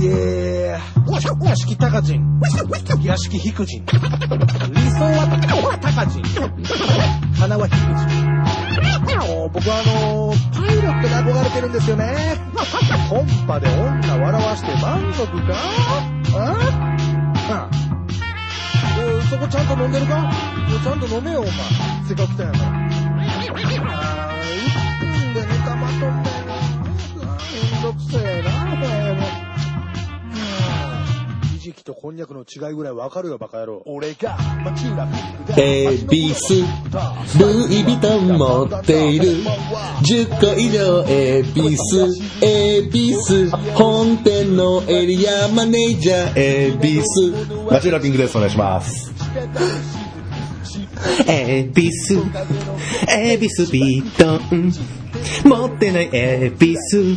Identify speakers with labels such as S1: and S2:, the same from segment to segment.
S1: イエー屋敷高人屋敷低人理想は高人花は低人僕はあのパイロットで憧れてるんですよねコンパで女笑わして満足かああそこちゃんと飲んでるかちゃんと飲めよお前せっかく来たんやからあー1分で寝たまとんだよめんどくせえな、お前も。はぁひじきとこんにゃくの違いぐらいわかるよ、バカ野郎。俺が、町浦
S2: 恵比寿ルイ・ヴィトン持っている10個以上恵比寿恵比寿本店のエリアマネージャー恵比寿
S3: ナチュラピンクです。お願いします。
S2: 恵比寿恵比寿ビトン持ってない恵比寿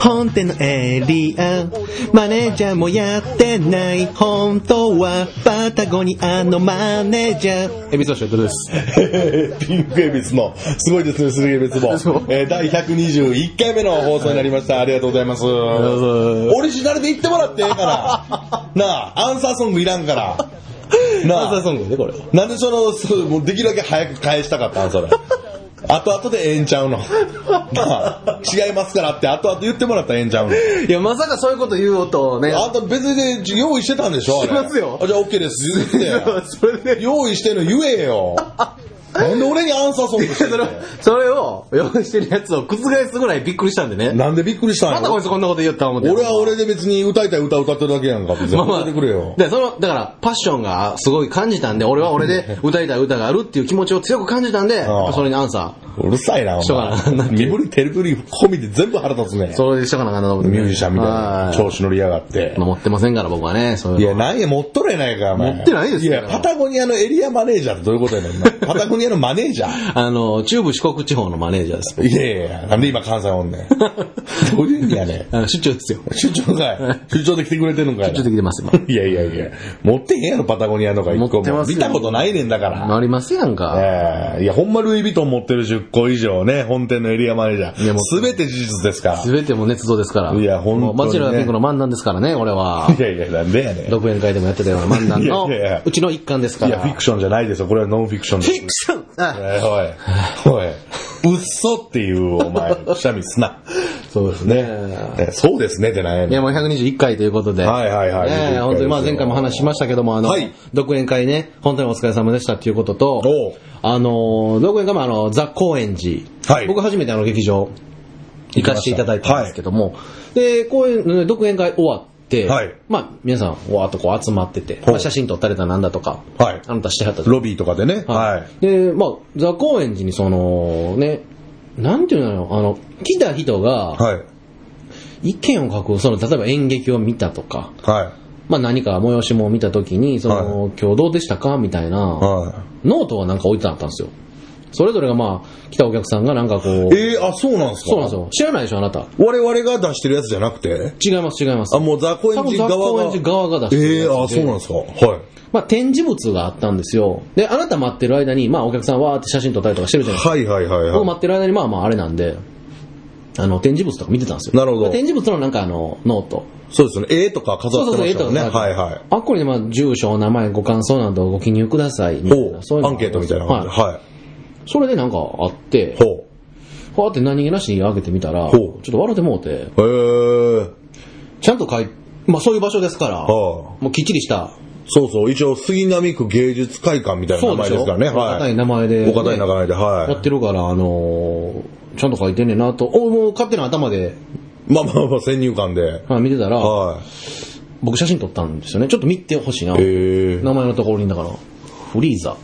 S2: 本店のエリアマネージャーもやってない本当はパタゴニアのマネージャー恵比寿シェットです
S3: ピンクエビスの、すごいですね、すげえ別も。えー第121回目の放送になりました。ありがとうございます。オリジナルで言ってもらってえ えから。なあ、アンサーソングいらんから。なあ、
S2: アンサーソングねこれ
S3: なんでその、そうもうできるだけ早く返したかったん それ。後々でええんちゃうの。なあ、違いますからって後々言ってもらったらええんちゃうの。
S4: いや、まさかそういうこと言おうとね。
S3: あんた別で用意してたんでしょあれ
S4: してますよ
S3: あじゃあ OK です。言って
S4: それで、
S3: 用意してんの言え よ。なんで俺にアンサーソングしてん
S4: それ
S3: の
S4: を、それを用意してるやつを覆すぐらいびっくりしたんでね。
S3: なんでびっくりした
S4: ま
S3: んや
S4: たこいつこんなこと言おったと思って。
S3: 俺は俺で別に歌いたい歌歌ってるだけやんか。別に
S4: まあま
S3: 歌
S4: あ、
S3: ってくれよ。
S4: で、その、だから、パッションがすごい感じたんで、俺は俺で歌いたい歌があるっていう気持ちを強く感じたんで、
S3: ああ
S4: それにアンサ
S3: うるさいな、お
S4: しょうがないな
S3: 前。身振り手振り込みで全部腹立つね
S4: ー。。それでしたかなあかんなと思って。
S3: ミュージシャンみたいな
S4: は。い
S3: 調子乗りやがって。
S4: 持ってませんから、僕はね、そう
S3: い
S4: いう
S3: や、
S4: の。
S3: なんや、持っとるやないか、お前。
S4: 持ってないです
S3: い
S4: よ
S3: や、パタゴニアのエリアマネージャーってどういうことやねん な。パタゴニアのマネージャー
S4: あの、中部四国地方のマネージャーです。
S3: いやいやいや、なんで今関西お んねん。どういう意味やねん。
S4: あの出張ですよ。
S3: 出張か い。出張で来てくれてるんかいな。
S4: 出張できてます、今。
S3: いやいやいや、持ってへんやろ、パタゴニアのが一個
S4: 持って
S3: も。
S4: ます
S3: 見
S4: よ
S3: たことないねんだから。
S4: ありますやんか。
S3: ええいや、ほんまルイ・ヴィトン持ってる10個以上ね、本店のエリアマネージャ
S4: いや
S3: ー
S4: も。
S3: す
S4: う
S3: べて事実ですから。
S4: すべても捏造ですから。
S3: いやほんとにね
S4: もうマチラピンクの漫談ですからね、俺は。
S3: いやいや、なんでやねん。
S4: 独演会でもやってたような漫談の
S3: いやいやいや
S4: うちの一環ですか
S3: い
S4: ら。
S3: や、フィクションじゃないですよ。これはノンフィクションです。
S4: フィクションあ
S3: えーおい、おい、うっそっていう、お 前、くしゃみすな。そうですね。えそうですねってなんや
S4: い
S3: ね
S4: や
S3: ん。
S4: もう121回ということで。
S3: はいはいはい
S4: ね
S3: 121
S4: え本当にまあ
S3: ですよ
S4: 前回も話しましたけども、あの
S3: はい、
S4: 独演会ね、本当にお疲れ様でしたっていうことと
S3: おう、
S4: あの、独演会もあの、ザ・高円寺
S3: はい。
S4: 僕初めてあの劇場行かせていただいたんですけども、で、公演、独演会終わって
S3: はい、
S4: まあ皆さん、わーっとこう集まってて、まあ写真撮ったりだなんだとか、
S3: はい
S4: あなたしてはったとか
S3: ロビーとかでね。はい。
S4: で、まあ、ザ・高円寺にその、ね、なんていうのよ、あの、来た人が、
S3: はい。
S4: 意見を書く、その、例えば演劇を見たとか、
S3: は
S4: まあ何か催し物を見たときに、その、今日どうでしたかみたい
S3: い。
S4: な、
S3: は
S4: ノートがなんか置いてあったんですよ。それぞれがまあ、来たお客さんがなんかこ
S3: い。
S4: う、
S3: えー、あ、そうなんですか
S4: そうなんですよ。知らないでしょ、あなた。
S3: 我々が出してるやつじゃなくて
S4: 違います、違います。
S3: あ、もうザコエ
S4: 多
S3: ン
S4: 分
S3: ジ
S4: 雑
S3: 側
S4: 高
S3: が。
S4: 円寺側が出してる
S3: ええ
S4: やつで
S3: あ、そうなんですか。はい。
S4: まあ展示物があったんですよ。で、あなた待ってる間に、まあお客さんわーって写真撮ったりとかしてるじゃないですか
S3: はいはいはい
S4: 僕
S3: は
S4: 待ってる間にまあまああれなんで、あの、展示物とか見てたんですよ。
S3: なるほど
S4: 展示物のなんかあの、ノート。
S3: い。そうですね。絵とか飾ってましたもんね。
S4: そうそうそう絵とか
S3: はいはい。
S4: あっこにねまあ、住所、お名前、ご感想などをご記入ください。みたい
S3: ほ
S4: なそういう
S3: う。
S4: の
S3: アンケートみたいな感じで。
S4: はい。
S3: は
S4: それでなんかあって
S3: い。、ほ
S4: ほーって何気なしに開けてみたら、
S3: ほ
S4: ち
S3: う
S4: ょっと笑ってもうて、
S3: う。へえー。
S4: ちゃんと書い、まあそういう場所ですから、
S3: は
S4: もうきっちりした、
S3: そうそう。一応、杉並区芸術会館みたいな名前ですからね。
S4: そうでしょ
S3: は
S4: お堅
S3: い。
S4: い名前で
S3: お堅い名前で、
S4: やっ
S3: は
S4: てるから、あのーちゃんと書いてんねんなと、おもう勝手な頭で、
S3: い。まあまあまあ、先入観で。
S4: まあ、見てたら、
S3: は
S4: 僕写真撮ったんですよね。ちょっと見てほしいな。
S3: い。ええー。
S4: 名前のところにだから、フリ ーザ。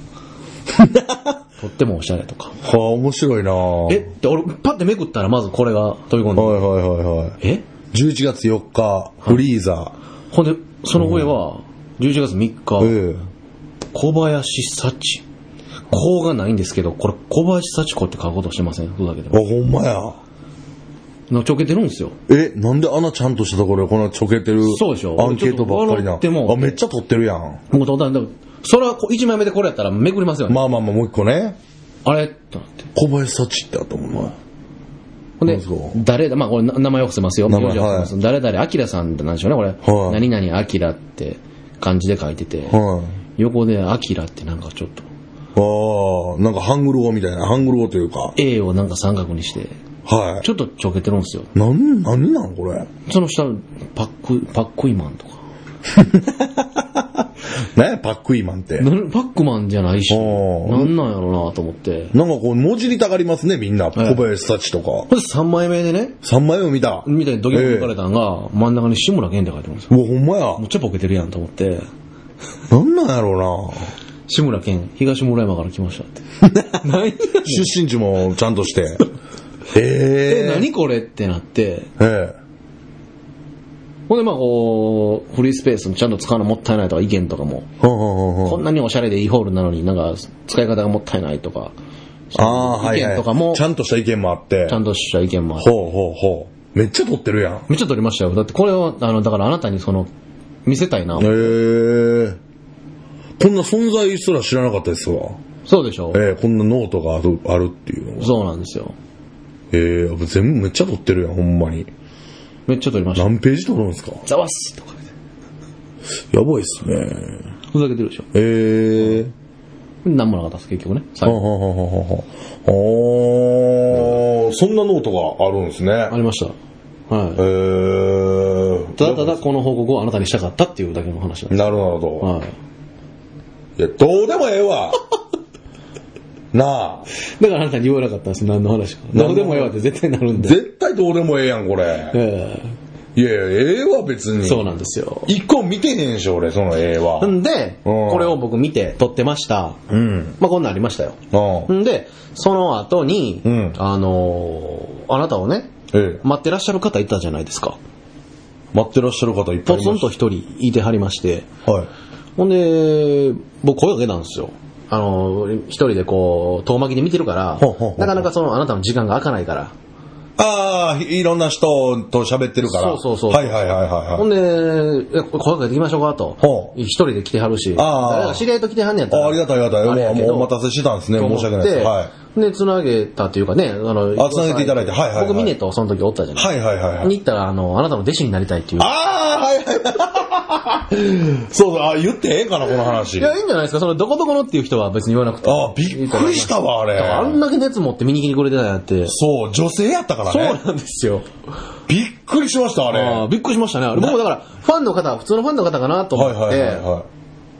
S4: とってもおしゃれとか。
S3: はあ、面白いなぁ
S4: えって俺、パッてめくったらまずこれが飛び込んで。
S3: はいはいはいはい。
S4: え
S3: 11月4日、フリーザ。
S4: ほんで、その上は、11月3日、
S3: ええ。
S4: 小林幸。子がないんですけど、これ小林幸子って書くことしてませんふざけて
S3: あ、。ほんまや。
S4: のちょけてるんですよ。
S3: え、なんであんなちゃんとしたところでこんなちょけてる
S4: そうでしょ
S3: アンケートばっかり
S4: ちょ
S3: な。
S4: っと笑っても
S3: あ、めっちゃ撮ってるやん。
S4: もうだだだそれはこう一枚目でこれやったらめくりますよね。
S3: まあまあまあ、もう一個ね。
S4: あれとなって。
S3: 小林幸ってあったもんな。
S4: ほんで
S3: そうそ、
S4: 誰だ、まあこれ名前を伏せますよ。
S3: 名前
S4: 名字は伏せます
S3: は
S4: 誰々、アキラさんなんでしょうね、これ。
S3: はい
S4: 何々、アキラって漢字で書いてて、
S3: はい。
S4: 横でアキラってなんかちょっと、
S3: ああ、なんかハングル語みたいな、ハングル語というか。
S4: A をなんか三角にして、
S3: は
S4: ちょっとちょけてるんですよ。
S3: い。なん、何なんこれ。
S4: その下、パック、パックイマンとか。
S3: 何や、パックイマンって。
S4: なパックマンじゃないし、
S3: おー
S4: なんなんやろうなと思って。
S3: なんかこう、もじりたがりますね、みんな。小林幸とか。
S4: これ3枚目でね、
S3: 3枚目見た。
S4: みたいにドキドキ書かれ
S3: え
S4: たんが、真ん中に志村けんって書いてるんですよ。
S3: えうわ、ほんまや
S4: め。っちゃボケてるやんと思って、
S3: なんなんやろうな。
S4: 志村けん、東村山から来ましたって。 何や
S3: 出身地もちゃんと して。
S4: え、
S3: ええ。
S4: 何これってなって、
S3: え
S4: ほんでまあこう、フリースペースもちゃんと使うのもったいないとか意見とかも、
S3: え。はんはんはんはん
S4: こんなにおしゃれでいいホールなのになんか使い方がもったいないとか、
S3: ああー、はいはい。
S4: 意見とかも
S3: ちゃんとした意見もあって。
S4: ちゃんとした意見もあって、
S3: ほうほうほう。めっちゃ撮ってるやん。
S4: めっちゃ撮りましたよ。だってこれを、あの、だからあなたにその、見せたいな
S3: ええ。こんな存在すら知らなかったですわ。
S4: そうでしょ
S3: ええ、こんなノートがあるあるっていうのは。
S4: そうなんですよ。
S3: ええ、全部めっちゃ撮ってるやん、ほんまに。
S4: めっちゃ撮りました。
S3: 何ページ撮るんですか
S4: ざわっすとか言って
S3: やばいっすね。
S4: ふざけてるでしょ。
S3: ええ。
S4: なんもなかったです、結局ね。最
S3: はん
S4: 後
S3: はんはんはんはんはんおーそんなノートがあるんですね。
S4: ありました。はい。
S3: えー、
S4: ただただこの報告をあなたにしたかったっていうだけの話なんで
S3: なるほど。
S4: す。はい。
S3: いや、どうでもええ わ。なあ。
S4: だからあなたに言わなかったんです、何の話か。どうでもええわって絶対なるんで。
S3: 絶対どうでもええやん、これ。
S4: え
S3: いやいや、ええわ、別
S4: え
S3: に。
S4: そうなんですよ。
S3: 一個見てへんし、俺、そのええわ。
S4: んで、
S3: うん
S4: これを僕見て撮ってました。
S3: うん。
S4: まあこんなんありましたよ。
S3: うん。
S4: んで、その後に、
S3: うん
S4: あのーあなたをね、
S3: ええ。
S4: 待ってらっしゃる方いたじゃないですか。
S3: 待ってらっしゃる方いっぱい
S4: ポ
S3: い
S4: ツ
S3: ま
S4: ン
S3: す
S4: と一人いてはりまして、
S3: はい。
S4: ほんで、僕声かけたんですよ。あのー、一人でこう、遠巻きで見てるから
S3: ほうほうほうほ、う
S4: なかなかそのあなたの時間が開かないから、
S3: ああ、いろんな人と喋ってるから。
S4: そうそうそう
S3: はいはいはいはいはい。
S4: ほんで、え声かけてきましょうかと
S3: ほ。う
S4: 一人で来てはるし、
S3: ああ
S4: 誰か知り合いと来てはんねやった
S3: あ
S4: ら。
S3: ありがたいありがたい。
S4: あれ
S3: も
S4: や
S3: う
S4: け
S3: も
S4: ど
S3: うお待たせしたんですね。
S4: と思
S3: 申
S4: っ
S3: して訳ないです。はい。
S4: で、つなげたというかね、あの、
S3: あ繋げていただいてはいはいはい
S4: 僕、ミネとその時おったじゃない
S3: はいはいはいはい。
S4: に行ったら、あの、あなたの弟子になりたいっていう。
S3: ああ、はいはい。 そうそう、あ言ってええかな、この話。
S4: いや、いいんじゃないですか、その、どこどこのっていう人は別に言わなくて。
S3: あびっくりしたわ、あれ。
S4: あんだけ熱持って見に来てくれてたんやって。
S3: そう、女性やったから
S4: そう
S3: ね。
S4: なんですよ。
S3: びっくりしました、あれ。
S4: ああ
S3: は
S4: びっくりしましたね。あれ僕もだから、ファンの方、普通のファンの方かなと
S3: い
S4: 思っ
S3: はいはい
S4: て、
S3: はい。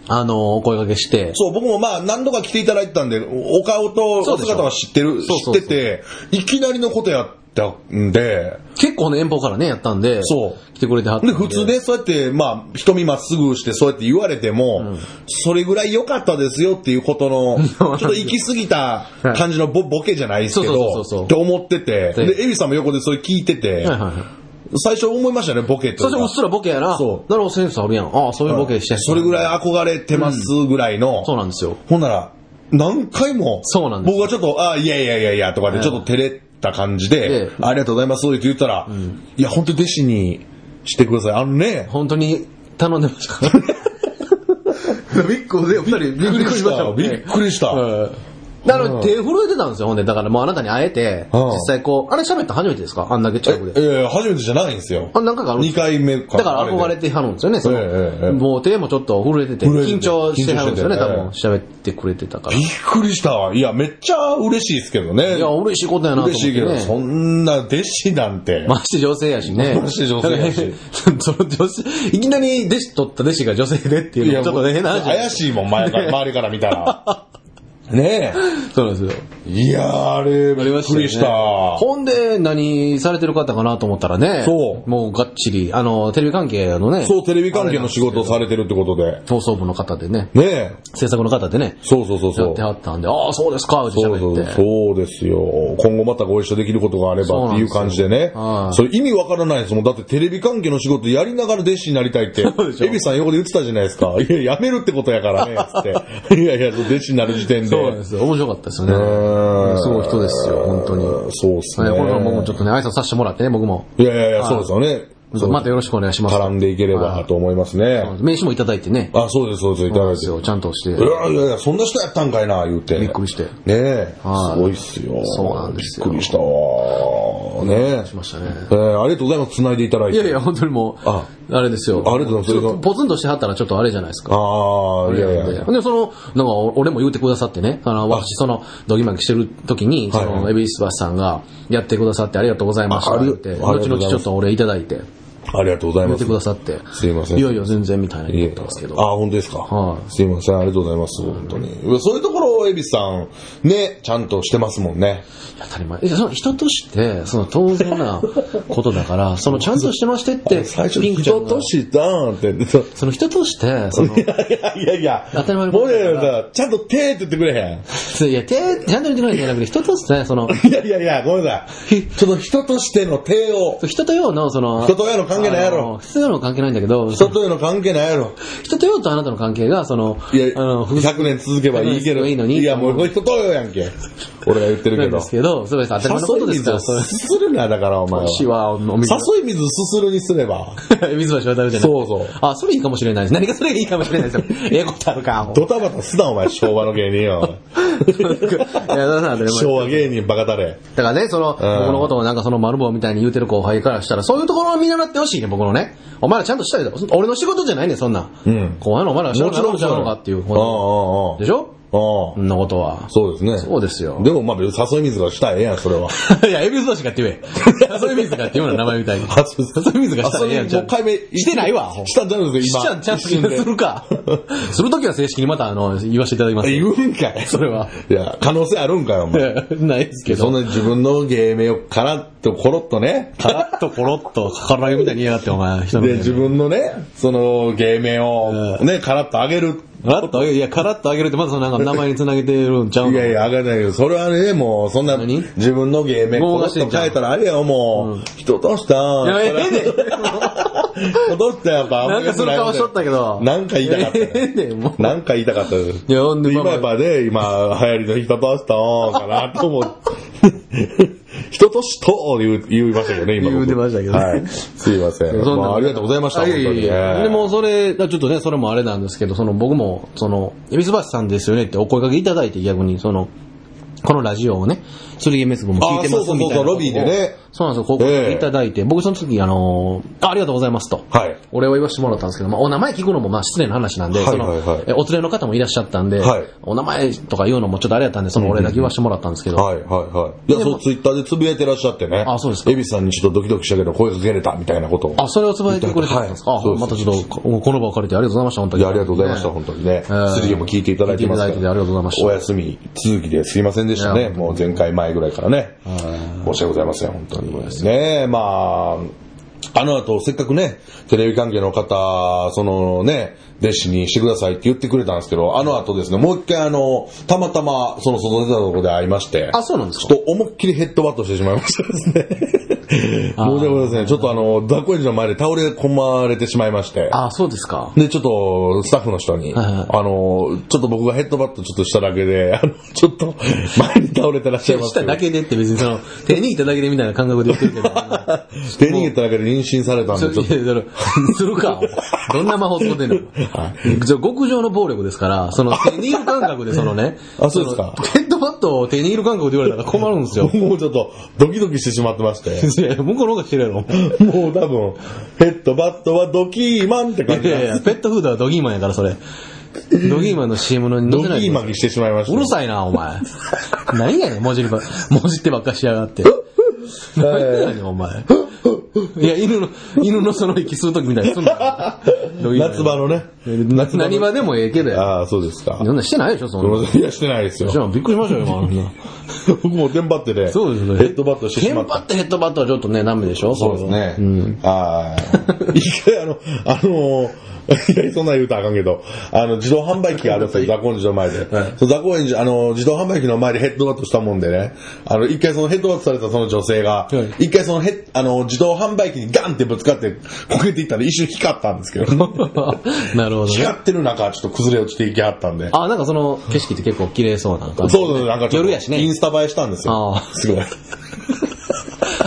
S4: あの、お声掛けして、
S3: そう、僕もまあ何度か来ていただいてたんで、おお顔と
S4: そ
S3: お
S4: うでしょ
S3: 姿は知ってる、
S4: そう
S3: 知
S4: そ
S3: っ
S4: うそ
S3: て
S4: う
S3: て、いきなりのことやったんで、
S4: 結構ね、遠方からね、やったんで、
S3: そう
S4: 来てくれてはったん
S3: で、普通ね、そうやって、まあ、瞳まっすぐして、そうやって言われても、それぐらい良かったですよっていうこと の、ちょっと行き過ぎた感じのボボケじゃないですけ
S4: そうそ
S3: ど
S4: うそうそ、う
S3: って思ってて、
S4: で
S3: で、エビさんも横でそれ聞いてて
S4: はい、はいはい。
S3: 最初思いましたね、ボケって。
S4: そしてうっすらボケやな。。
S3: そう
S4: なるほど、センスあるやん。ああ、そういうボケしてんねん
S3: それぐらい憧れてますぐらいの、
S4: そうなんですよ。
S3: ほんなら、何回も、
S4: そうなんです
S3: 僕がちょっと、あ、いやいやいやいや、とかで、
S4: ええ
S3: ちょっと照れた感じで
S4: え、え
S3: ありがとうございます、って言ったら、いや、本当に弟子にしてください。あのね、
S4: 本当に頼んでましたから。 びっくり、二人びっ
S3: びっくりした。びっくりした。
S4: だから手震えてたんですよ、ほんで。だからもうあなたに会えて、
S3: うん
S4: 実際こう、あれ喋ったの初めてですかあんだけ近く
S3: え
S4: で。
S3: え初めてじゃないんですよ。
S4: あ、何回かあるんで
S3: 2
S4: すか
S3: 回目か
S4: だから憧れ
S3: て。
S4: てはるんですよね、その
S3: ええええ
S4: もう手もちょっと震えてて、
S3: 震えてて
S4: 緊張してはるんですよね、
S3: 緊
S4: 多分
S3: 張
S4: 喋ってくれてたから。
S3: びっくりした。いや、めっちゃ嬉しいですけどね。
S4: いや、嬉しいことやなと思
S3: 嬉して
S4: っ、
S3: いけど、
S4: ね
S3: そ。んな弟子なんて。
S4: まして女性やしね。
S3: まして女性やし
S4: その女性、いきなり弟子取った弟子が女性でっていうのもちょっとね変な話。
S3: 怪しいもん、前から、周りから見た ら。ね
S4: そうなんですよ。
S3: え。いやー、あれ、びっくりした。
S4: ほんで、何されてる方かなと思ったらね。
S3: そう
S4: もうがっちり、あの、テレビ関係のね。
S3: そう、テレビ関係の仕事をされてるってことで。
S4: 放送部の方でね。
S3: ねえ。
S4: 制作の方でね。
S3: そうそうそう
S4: や
S3: そ
S4: っ
S3: う
S4: て。はったんで、ああ、そうですか、うち
S3: そう
S4: 喋
S3: そ
S4: っ
S3: う
S4: て。
S3: そうですよ。今後またご一緒できることがあればっていう感じでね。
S4: そうなんですよはい
S3: それ意味わからないですもん。だってテレビ関係の仕事やりながら弟子になりたいって
S4: そうでし、ょ
S3: エビさん横で言ってたじゃないですか。いや、やめるってことやからね、 つって。いやいや、弟子になる時点で。
S4: そうなんですよ。面白かったですよね。
S3: うん
S4: すごい人ですよ、本当に。はい、
S3: そうっす
S4: こ
S3: ね。
S4: れから僕もちょっとね、挨拶させてもらってね、僕も。
S3: いやいやいや、そうですよね。そう
S4: またよろしくお願いします。
S3: 絡んでいければと思いますね。
S4: 名刺もいただいてね。
S3: あ、そうです、そうです。いただいて。
S4: ちゃんとして。
S3: いやいやいや、そんな人やったんかいな、言うて。
S4: びっくりして。
S3: ねえ、
S4: はい
S3: すごいっすよ。
S4: そうなんですよ
S3: びっくりしたわ。ね
S4: しましたね。
S3: えー、ありがとうございます。繋いでいただい
S4: い
S3: て。
S4: やいや、本当にもう、
S3: あ
S4: あれですよ。
S3: ありがとうございます
S4: ちょっとポツンとしてはったらちょっとあれじゃないですか。
S3: ああ、いやいやいや。
S4: で、その、なんか、俺も言ってくださってね、あの、私、その、ドギマギしてる時に、そ
S3: はい
S4: の、
S3: はい
S4: エビスバスさんが、やってくださって、ありがとうございました
S3: ああり
S4: って、
S3: ありがと
S4: 後
S3: うございます
S4: 々ちょっとお礼いただいて、
S3: ありがとうござい
S4: 言
S3: ま
S4: って
S3: す。
S4: くださって、
S3: すいません
S4: いやいや、全然みたいない
S3: え
S4: 言
S3: い
S4: っ
S3: え
S4: たんですけど、
S3: あ、本当ですか。
S4: はい
S3: すいません、ありがとうございます。本当に。いやそういうところを、エビスさん、ね、ちゃんとしてますもんね。
S4: 当たり前。えその人として、その、当然なこと だから、その、ちゃんとしてましてって、ピンクちゃん
S3: 人
S4: が
S3: としたんって。い
S4: その、人として、その、
S3: やいやいや、
S4: 当たり前の
S3: も
S4: こ
S3: う
S4: と
S3: い
S4: だ
S3: や
S4: から
S3: いや、ちゃんと手って言ってくれへん。
S4: いや、手、ちゃんと言ってないんじゃなくて、人として、その、
S3: いやいやいや、ごめんなさい。その人としての手 を。
S4: 人と用の、その、
S3: 人と親の関係ないや
S4: あの
S3: ろ。
S4: 人と用の関係ないんだけど、
S3: 人と親の関係ないやろ。
S4: 人と用とあなたの関係が、その、
S3: いや、
S4: あの、ふ
S3: 100年続けばいいけど。
S4: いいのに
S3: いや、もうこれ人と親やんけ。俺が言ってる
S4: な
S3: け
S4: んで
S3: ど。
S4: すけど、それ当たり前のこ
S3: 誘
S4: とで
S3: い
S4: す
S3: 水
S4: から、
S3: を
S4: それ。
S3: すするな、だからお前は。
S4: 私は、お水。
S3: 誘い水すするにすれば。
S4: 水橋渡るじゃない
S3: そうそう
S4: あ、それいいかもしれないです。何かそれがいいかもしれないですよ。 ええことあるか。
S3: ドタバタすな、お前、昭和の芸人よ。
S4: いや、だからね、
S3: 昭和芸人バカだれ。
S4: だからね、その、僕
S3: ん
S4: のことをなんかその丸棒みたいに言うてる後輩からしたら、そういうところを見習ってほしいね、僕のね。お前らちゃんとしたりだ。俺の仕事じゃないね、そんなん。
S3: うん
S4: 後輩のお前らが仕
S3: もち
S4: 事
S3: ろ
S4: なんのちゃうのかっていう。
S3: ああ、ああ、ああ
S4: でしょそ
S3: ああ。
S4: んなことは。
S3: そうですね。
S4: そうですよ
S3: でもまあ、別に誘い水がしたらええやん、それは。
S4: いや、エビス橋かって言え。そういう水かって言うの名前み たいに。
S3: 誘
S4: い水がしたらええやんちゃ
S3: も
S4: う
S3: う解明
S4: してないわ
S3: したんちゃうんです
S4: し
S3: よ、
S4: ちゃ
S3: 今。
S4: んちゃんするか。 するときは正式にまた、あの、言わせていただきます。
S3: 言うんかい。
S4: それは。
S3: いや、可能性あるんかよ、お
S4: い
S3: 前。
S4: や ないですけ
S3: そん
S4: ど。
S3: な自分の芸名をカラッとコロッと ね。
S4: カラッとコロッと、カラ揚げみたいに言いやがって、お前、人の
S3: で、
S4: こと
S3: 自分のね、その芸名をね、カラッと上げる。
S4: カラッと揚げ、いや、カラッと揚げるって、まずそのなんか名前につなげてるんちゃうの
S3: いやいや、上げないよ。それはね、もう、そんな、
S4: 何
S3: 自分の芸名、コ
S4: 豪
S3: ロ
S4: 華して
S3: ッ
S4: ん
S3: と
S4: じゃん
S3: 変えたらあれやよ、もう。人としたん。
S4: いやええ ねん
S3: 人としたやっぱ、
S4: なんかその顔しとったけど。
S3: なんか言いたかった
S4: ええねんもう。
S3: なんか言いたかったです。
S4: いやほんでま
S3: 今
S4: あまあ
S3: やっぱね、今、流行りの人としたんかなと思って。人としとう言う言いましたけどね、今僕。
S4: 言うてましたけどね
S3: はい。すいません。
S4: そん
S3: ま
S4: な
S3: あ、ありがとうございました、
S4: あ
S3: 本
S4: や
S3: 当
S4: や
S3: に
S4: いや
S3: ね。
S4: でも、それ、ちょっとね、それもあれなんですけど、その僕も、その、エビスバスさんですよねってお声掛けいただいて、逆に、その、このラジオをね、剣メスも聞いてますみたいなことを。
S3: あそうそうそうそうロビーでね
S4: そうなんですよ、
S3: え
S4: こう
S3: え
S4: いただいて、僕その時、あのー、あありがとうございますと。
S3: はい。
S4: お礼を言わせてもらったんですけど、まあ、お名前聞くのもまあ失礼な話なんで、
S3: はい
S4: その
S3: はいはい
S4: えお連れの方もいらっしゃったんで、
S3: はい
S4: お名前とか言うのもちょっとあれやったんで、そのお礼だけ言わせてもらったんですけど、
S3: はいはいはい。いや、そう、ツイッターでつぶやいてらっしゃってね。
S4: あそうですか
S3: エビさんにちょっとドキドキしたけど声かけれたみたいなことを。
S4: あ、それをつぶやいてくれてたんですか、
S3: はいそうで
S4: あ
S3: す
S4: またちょっと、この場を借りてありがとうございました、本当
S3: い
S4: に。
S3: や、ありがとうございました、
S4: ね
S3: 本当にね。ス
S4: ー
S3: リーも聞いていただいてますから。
S4: 聞いていただいてありがとうございました
S3: お休み続きですいませんでした
S4: い
S3: ね。
S4: や
S3: もう前回前ぐらいからね。申し訳ございません、本当に。ねえ、まあ、あの後、せっかくね、テレビ関係の方、そのね、弟子にしてくださいって言ってくれたんですけど、あの後ですね、もう一回あの、たまたま、その外出たところで会いまして。
S4: あ、そうなんですか
S3: ちょっと思いっきりヘッドバットしてしまいましたですね。申し訳ございません。ちょっとあの、雑魚園の前で倒れ込まれてしまいまして。
S4: あ、そうですか。
S3: で、ちょっと、スタッフの人に、
S4: はいはい
S3: あの、ちょっと僕がヘッドバットちょっとしただけで、 あの、ちょっと、前に倒れてらっしゃいます
S4: した
S3: けど
S4: だけでって別にその、手握っただけでみたいな感覚で言ってるけど。
S3: 手逃げただけで妊娠されたん
S4: ち
S3: で、
S4: ょ
S3: ちょっ
S4: いや
S3: と。。
S4: いやするか。どんな魔法使ってんのじゃあ極上の暴力ですから、その手握る感覚でそのね
S3: あそうですか
S4: そのヘッドバットを手握る感覚で言われたら困るん ですよ。
S3: もうちょっと、ドキドキしてしまってまして。
S4: いやいや向こうの方が来てるやろ。
S3: もう多分、ヘッドバットはドキーマンって感
S4: い
S3: じなん
S4: やい
S3: です
S4: や、ペットフードはドギーマンやから、それ。ドギーマンの CM のに
S3: ド
S4: 載
S3: キ
S4: せないで
S3: ーマンにしてしまいました。
S4: うるさいな、お前。何やねん、文字りば、文字ってばっかしやがって。何やねん、お前。いや、犬の、犬のその息吸うときみたいにすんな。
S3: 夏場のね。
S4: 夏何場でもええけどや。
S3: ああ、そうですか。
S4: そんなんしてないでしょ、そんな。
S3: いや、してないですよ
S4: じ。ゃあ、びっくりしましたよ、今あんな。
S3: 僕もテンパってね、
S4: そうですね。
S3: ヘッドバットしてしまっ
S4: テン
S3: た
S4: パ。ってヘッドバットはちょっとね、ダメでしょ
S3: そうですね。はい。一回あの、あのー、いや、そんなん言うたらあかんけど、あの、自動販売機があるんですよ、ザコンジの前で。そうザコンジ、あの、自動販売機の前でヘッドバットしたもんでね、あの、一回そのヘッドバットされたその女性が、
S4: い
S3: 一回そのヘッあの、自動販売機にガンってぶつかって、こけていったんで一瞬光ったんですけど、
S4: なるほどね。
S3: 光ってる中、ちょっと崩れ落ちていきはったんで。
S4: あ、なんかその景色って結構綺麗そうな感じ。
S3: そうそう、なんかちょっと
S4: 夜やしね
S3: インスタ映えしたんですよ
S4: あ。あ
S3: すごい。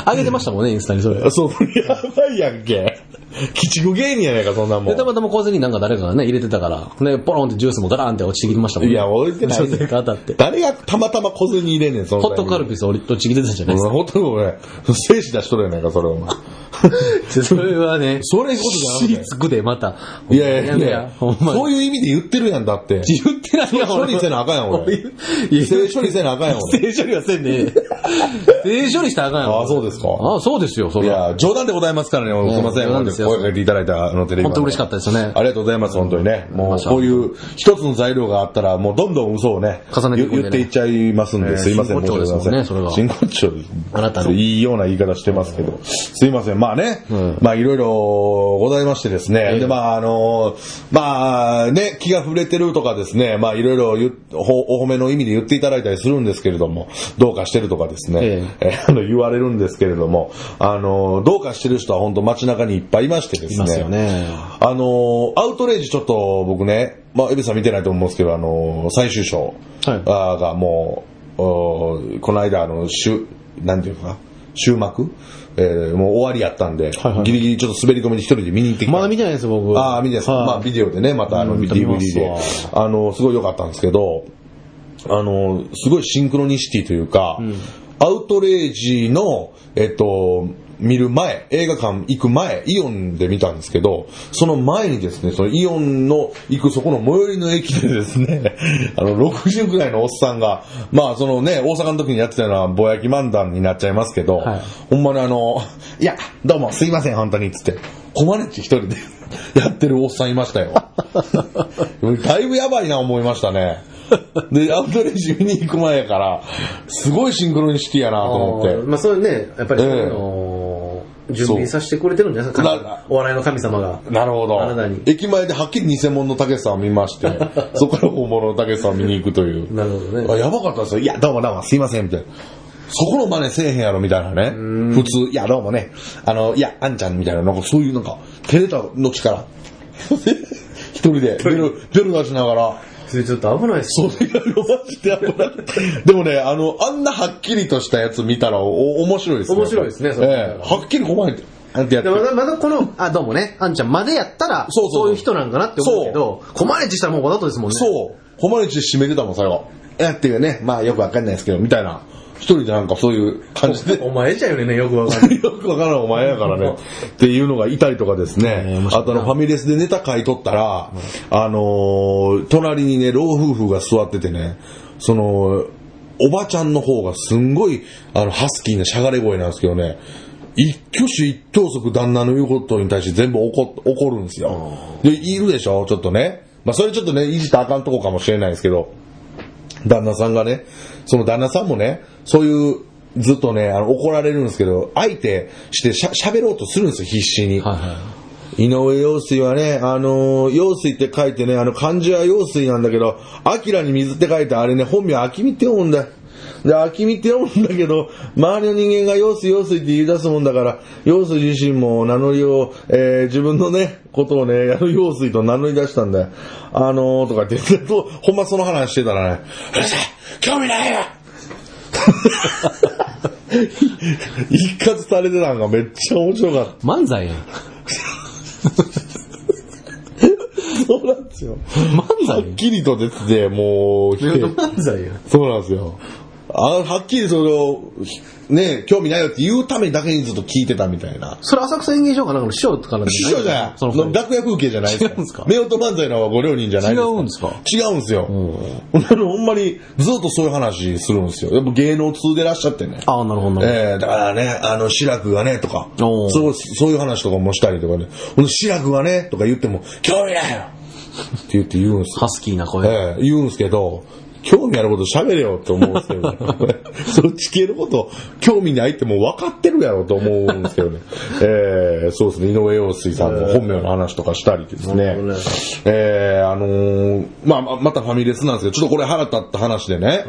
S4: 上げてましたもんね、インスタにそれ。
S3: そう、やばいやんけ。鬼畜芸人やないか、そんなんも
S4: で、た
S3: ん。
S4: またま小銭なんか誰かがね、入れてたから、ね、ポロンってジュースもガランって落ちてきましたもん
S3: い
S4: ね。
S3: や、俺ってない
S4: 女性が当たって。
S3: 誰がたまたま小銭入れんねん、その
S4: ホットカル
S3: ピ
S4: ピス落ちてきてたじゃないですか。
S3: ほっと俺、精子出しとるやないか、それお前。
S4: それはね、
S3: それことじゃなくて
S4: 尻つくで、また。
S3: いやいやい
S4: め
S3: や、
S4: ほんまに
S3: そういう意味で言ってるやん、だって。
S4: 言ってないよ。
S3: 処理せなあかんやん、俺。
S4: いや
S3: 性処理せなあかんやん、俺。
S4: 正処理はせんねえ。正処理したらあかんやん。
S3: ああ、そうですか。
S4: ああ、そうですよ、そ
S3: い
S4: れは。
S3: や、冗談でございますからね、
S4: ん
S3: すいません、
S4: 冗談ですよ
S3: 声かけていただいたあのテレビ。
S4: 本当嬉しかったですよね
S3: ありがとうございます、本当にね。も
S4: ま
S3: う、
S4: した
S3: こういう一つの材料があったら、もうどんどん嘘をね、
S4: 重ねていくんで
S3: 言
S4: ね
S3: っていっちゃいますん
S4: え
S3: で、
S4: え
S3: すいません、
S4: 真骨頂ですもんねそれが
S3: 真骨頂です
S4: あなたの
S3: いいような言い方してますけど、すいません、まあね
S4: ん、
S3: まあいろいろございましてですね、で、まああの、まあね、気が触れてるとかですね、まあいろいろ言うおお褒めの意味で言っていただいたりするんですけれども、どうかしてるとかですね、
S4: ええ
S3: えーあの言われるんですけれども、あのどうかしてる人は本当街中にいっぱいいましてですね。
S4: いますよね
S3: あのアウトレイジちょっと僕ね、まあ、エビさん見てないと思うんですけど、あの最終章
S4: はい
S3: あーがもう、おーこの間、あの、週、なんていうのかな、終幕えーもう終わりやったんで、
S4: はいはい
S3: ギリギリちょっと滑り込みで一人で見に行ってきたんですけど
S4: まだ見てないです、僕。
S3: ああ、見てないですか。
S4: はい
S3: まあ、ビデオでね、またあの、
S4: うん
S3: DVD
S4: 見
S3: で
S4: ま、
S3: あの、すごい良かったんですけど、あの、すごいシンクロニシティというか、アウトレイジの、えっと、見る前、映画館行く前、イオンで見たんですけど、その前にですね、そのイオンの行くそこの最寄りの駅でですね、 あの、60くらいのおっさんが、まあ、そのね、大阪の時にやってたようなぼやき漫談になっちゃいますけど、
S4: はい
S3: ほんまにあの、いや、どうもすいません、本当に、つって、コマネチ一人で やってるおっさんいましたよ。 だいぶやばいな思いましたね。で、アウトレイジ見に行く前やから、すごいシンクロニシティやなと思
S5: あー
S3: って。
S5: まあ、それね、やっぱり、
S3: ええ
S5: あのー準備させてくれてるんじゃないです
S3: そう
S5: か。お笑いの神様が。
S3: なるほど
S5: あなたに。
S3: 駅前ではっきり偽物のたけしさんを見ま して、そこから本物のたけしさんを見に行くという。
S5: なるほどね。
S3: あやばかったですよ。いや、どうもどうも、すいません、みたいな。そこの真似せえへんやろ、みたいなね。普通、いや、どうもね。あの、いや、あんちゃんみたいな、なんかそういうなんか、照れたの力。 一人で、ベル、ベル出しながら。
S5: それちょっと危ないです
S3: それがマジで危ない。でもね、あの、あんなはっきりとしたやつ見たら、お、面白いですね。
S5: 面白いですね
S3: え
S5: それ
S3: えはっきりこまえて、あんてやって
S5: で。まだまだこの、あ、どうもね、あんちゃんまでやったら、
S3: そうそうそう
S5: いう人なんかなって思うけど、コマネチしたらもうわざとですもんね。
S3: そう。コマネチ締めてたもん、最後。やっていうね、まあよくわかんないですけど、みたいな。一人でなんかそういう感じで。
S5: お前じゃよね、よくわかんない。
S3: よくわからんお前やからね。っていうのがいたりとかです
S4: えー
S3: ね
S4: 面。白
S3: あ
S4: いな
S3: とあのファミレスでネタ買い取ったら、あのー、隣にね、老夫婦が座っててね、その、おばちゃんの方がすんごい、あの、ハスキーなしゃがれ声なんですけどね、一挙手一投足旦那の言うことに対して全部怒っ怒るんですよ。で、いるでしょちょっとね。まあ、それちょっとね、いじったらあかんとこかもしれないですけど。旦那さんがね、その旦那さんもね、そういう、ずっとね、あの怒られるんですけど、相手してしゃ喋ろうとするんですよ、必死に。
S4: はいはい。
S3: 井上陽水はね、あのー陽水って書いてね、あの、漢字は陽水なんだけど、アキラに水って書いて、あれね、本名は明美って読むんだ。で、明美って読むんだけど、周りの人間が陽水陽水って言い出すもんだから、陽水自身も名乗りを、えー自分のね、ことをね、やる陽水と名乗り出したんだよ。あのー、とかって言って、とほんまその話してたらね、うるさい興味ないよ 一括されてたんがめっちゃ面白かった。
S4: 漫才やん。
S3: そうなんですよ。
S4: 漫
S3: は
S4: 才
S3: っきりと出てて、もう、
S5: 漫才や。
S3: そうなんですよ。あはっきりそれを、ね、興味ないよって言うためだけにずっと聞いてたみたいな。
S5: それ浅草演芸場かなんかの師匠とかなんじ
S3: 師
S5: ゃない
S3: 匠じゃない
S4: その
S3: の楽屋風景じゃない
S4: 違うんですか
S3: 夫婦漫才のご両人じゃない
S4: 違うんですか
S3: 違うんですよ。あのほんまにずっとそういう話するんですよ。やっぱ芸能通でらっしゃってね。
S4: ああ、なるほどなるほど。
S3: ええだからね、あの、志らくがね、とか、
S4: おー
S3: そう、そういう話とかもしたりとかね、ほんで志らくがね、とか言っても、興味ないよって言って言うんですよ
S4: ハスキーな声。
S3: ええ言うんですけど、興味あること喋れよって思うんですけど、ね、その地形のこと、興味ないってもう分かってるやろと思うんですけどね。ええそうですね、井上陽水さんの本名の話とかしたりですね。ええあのーまあまあ、またファミレスなんですけど、ちょっとこれ腹立った話でね、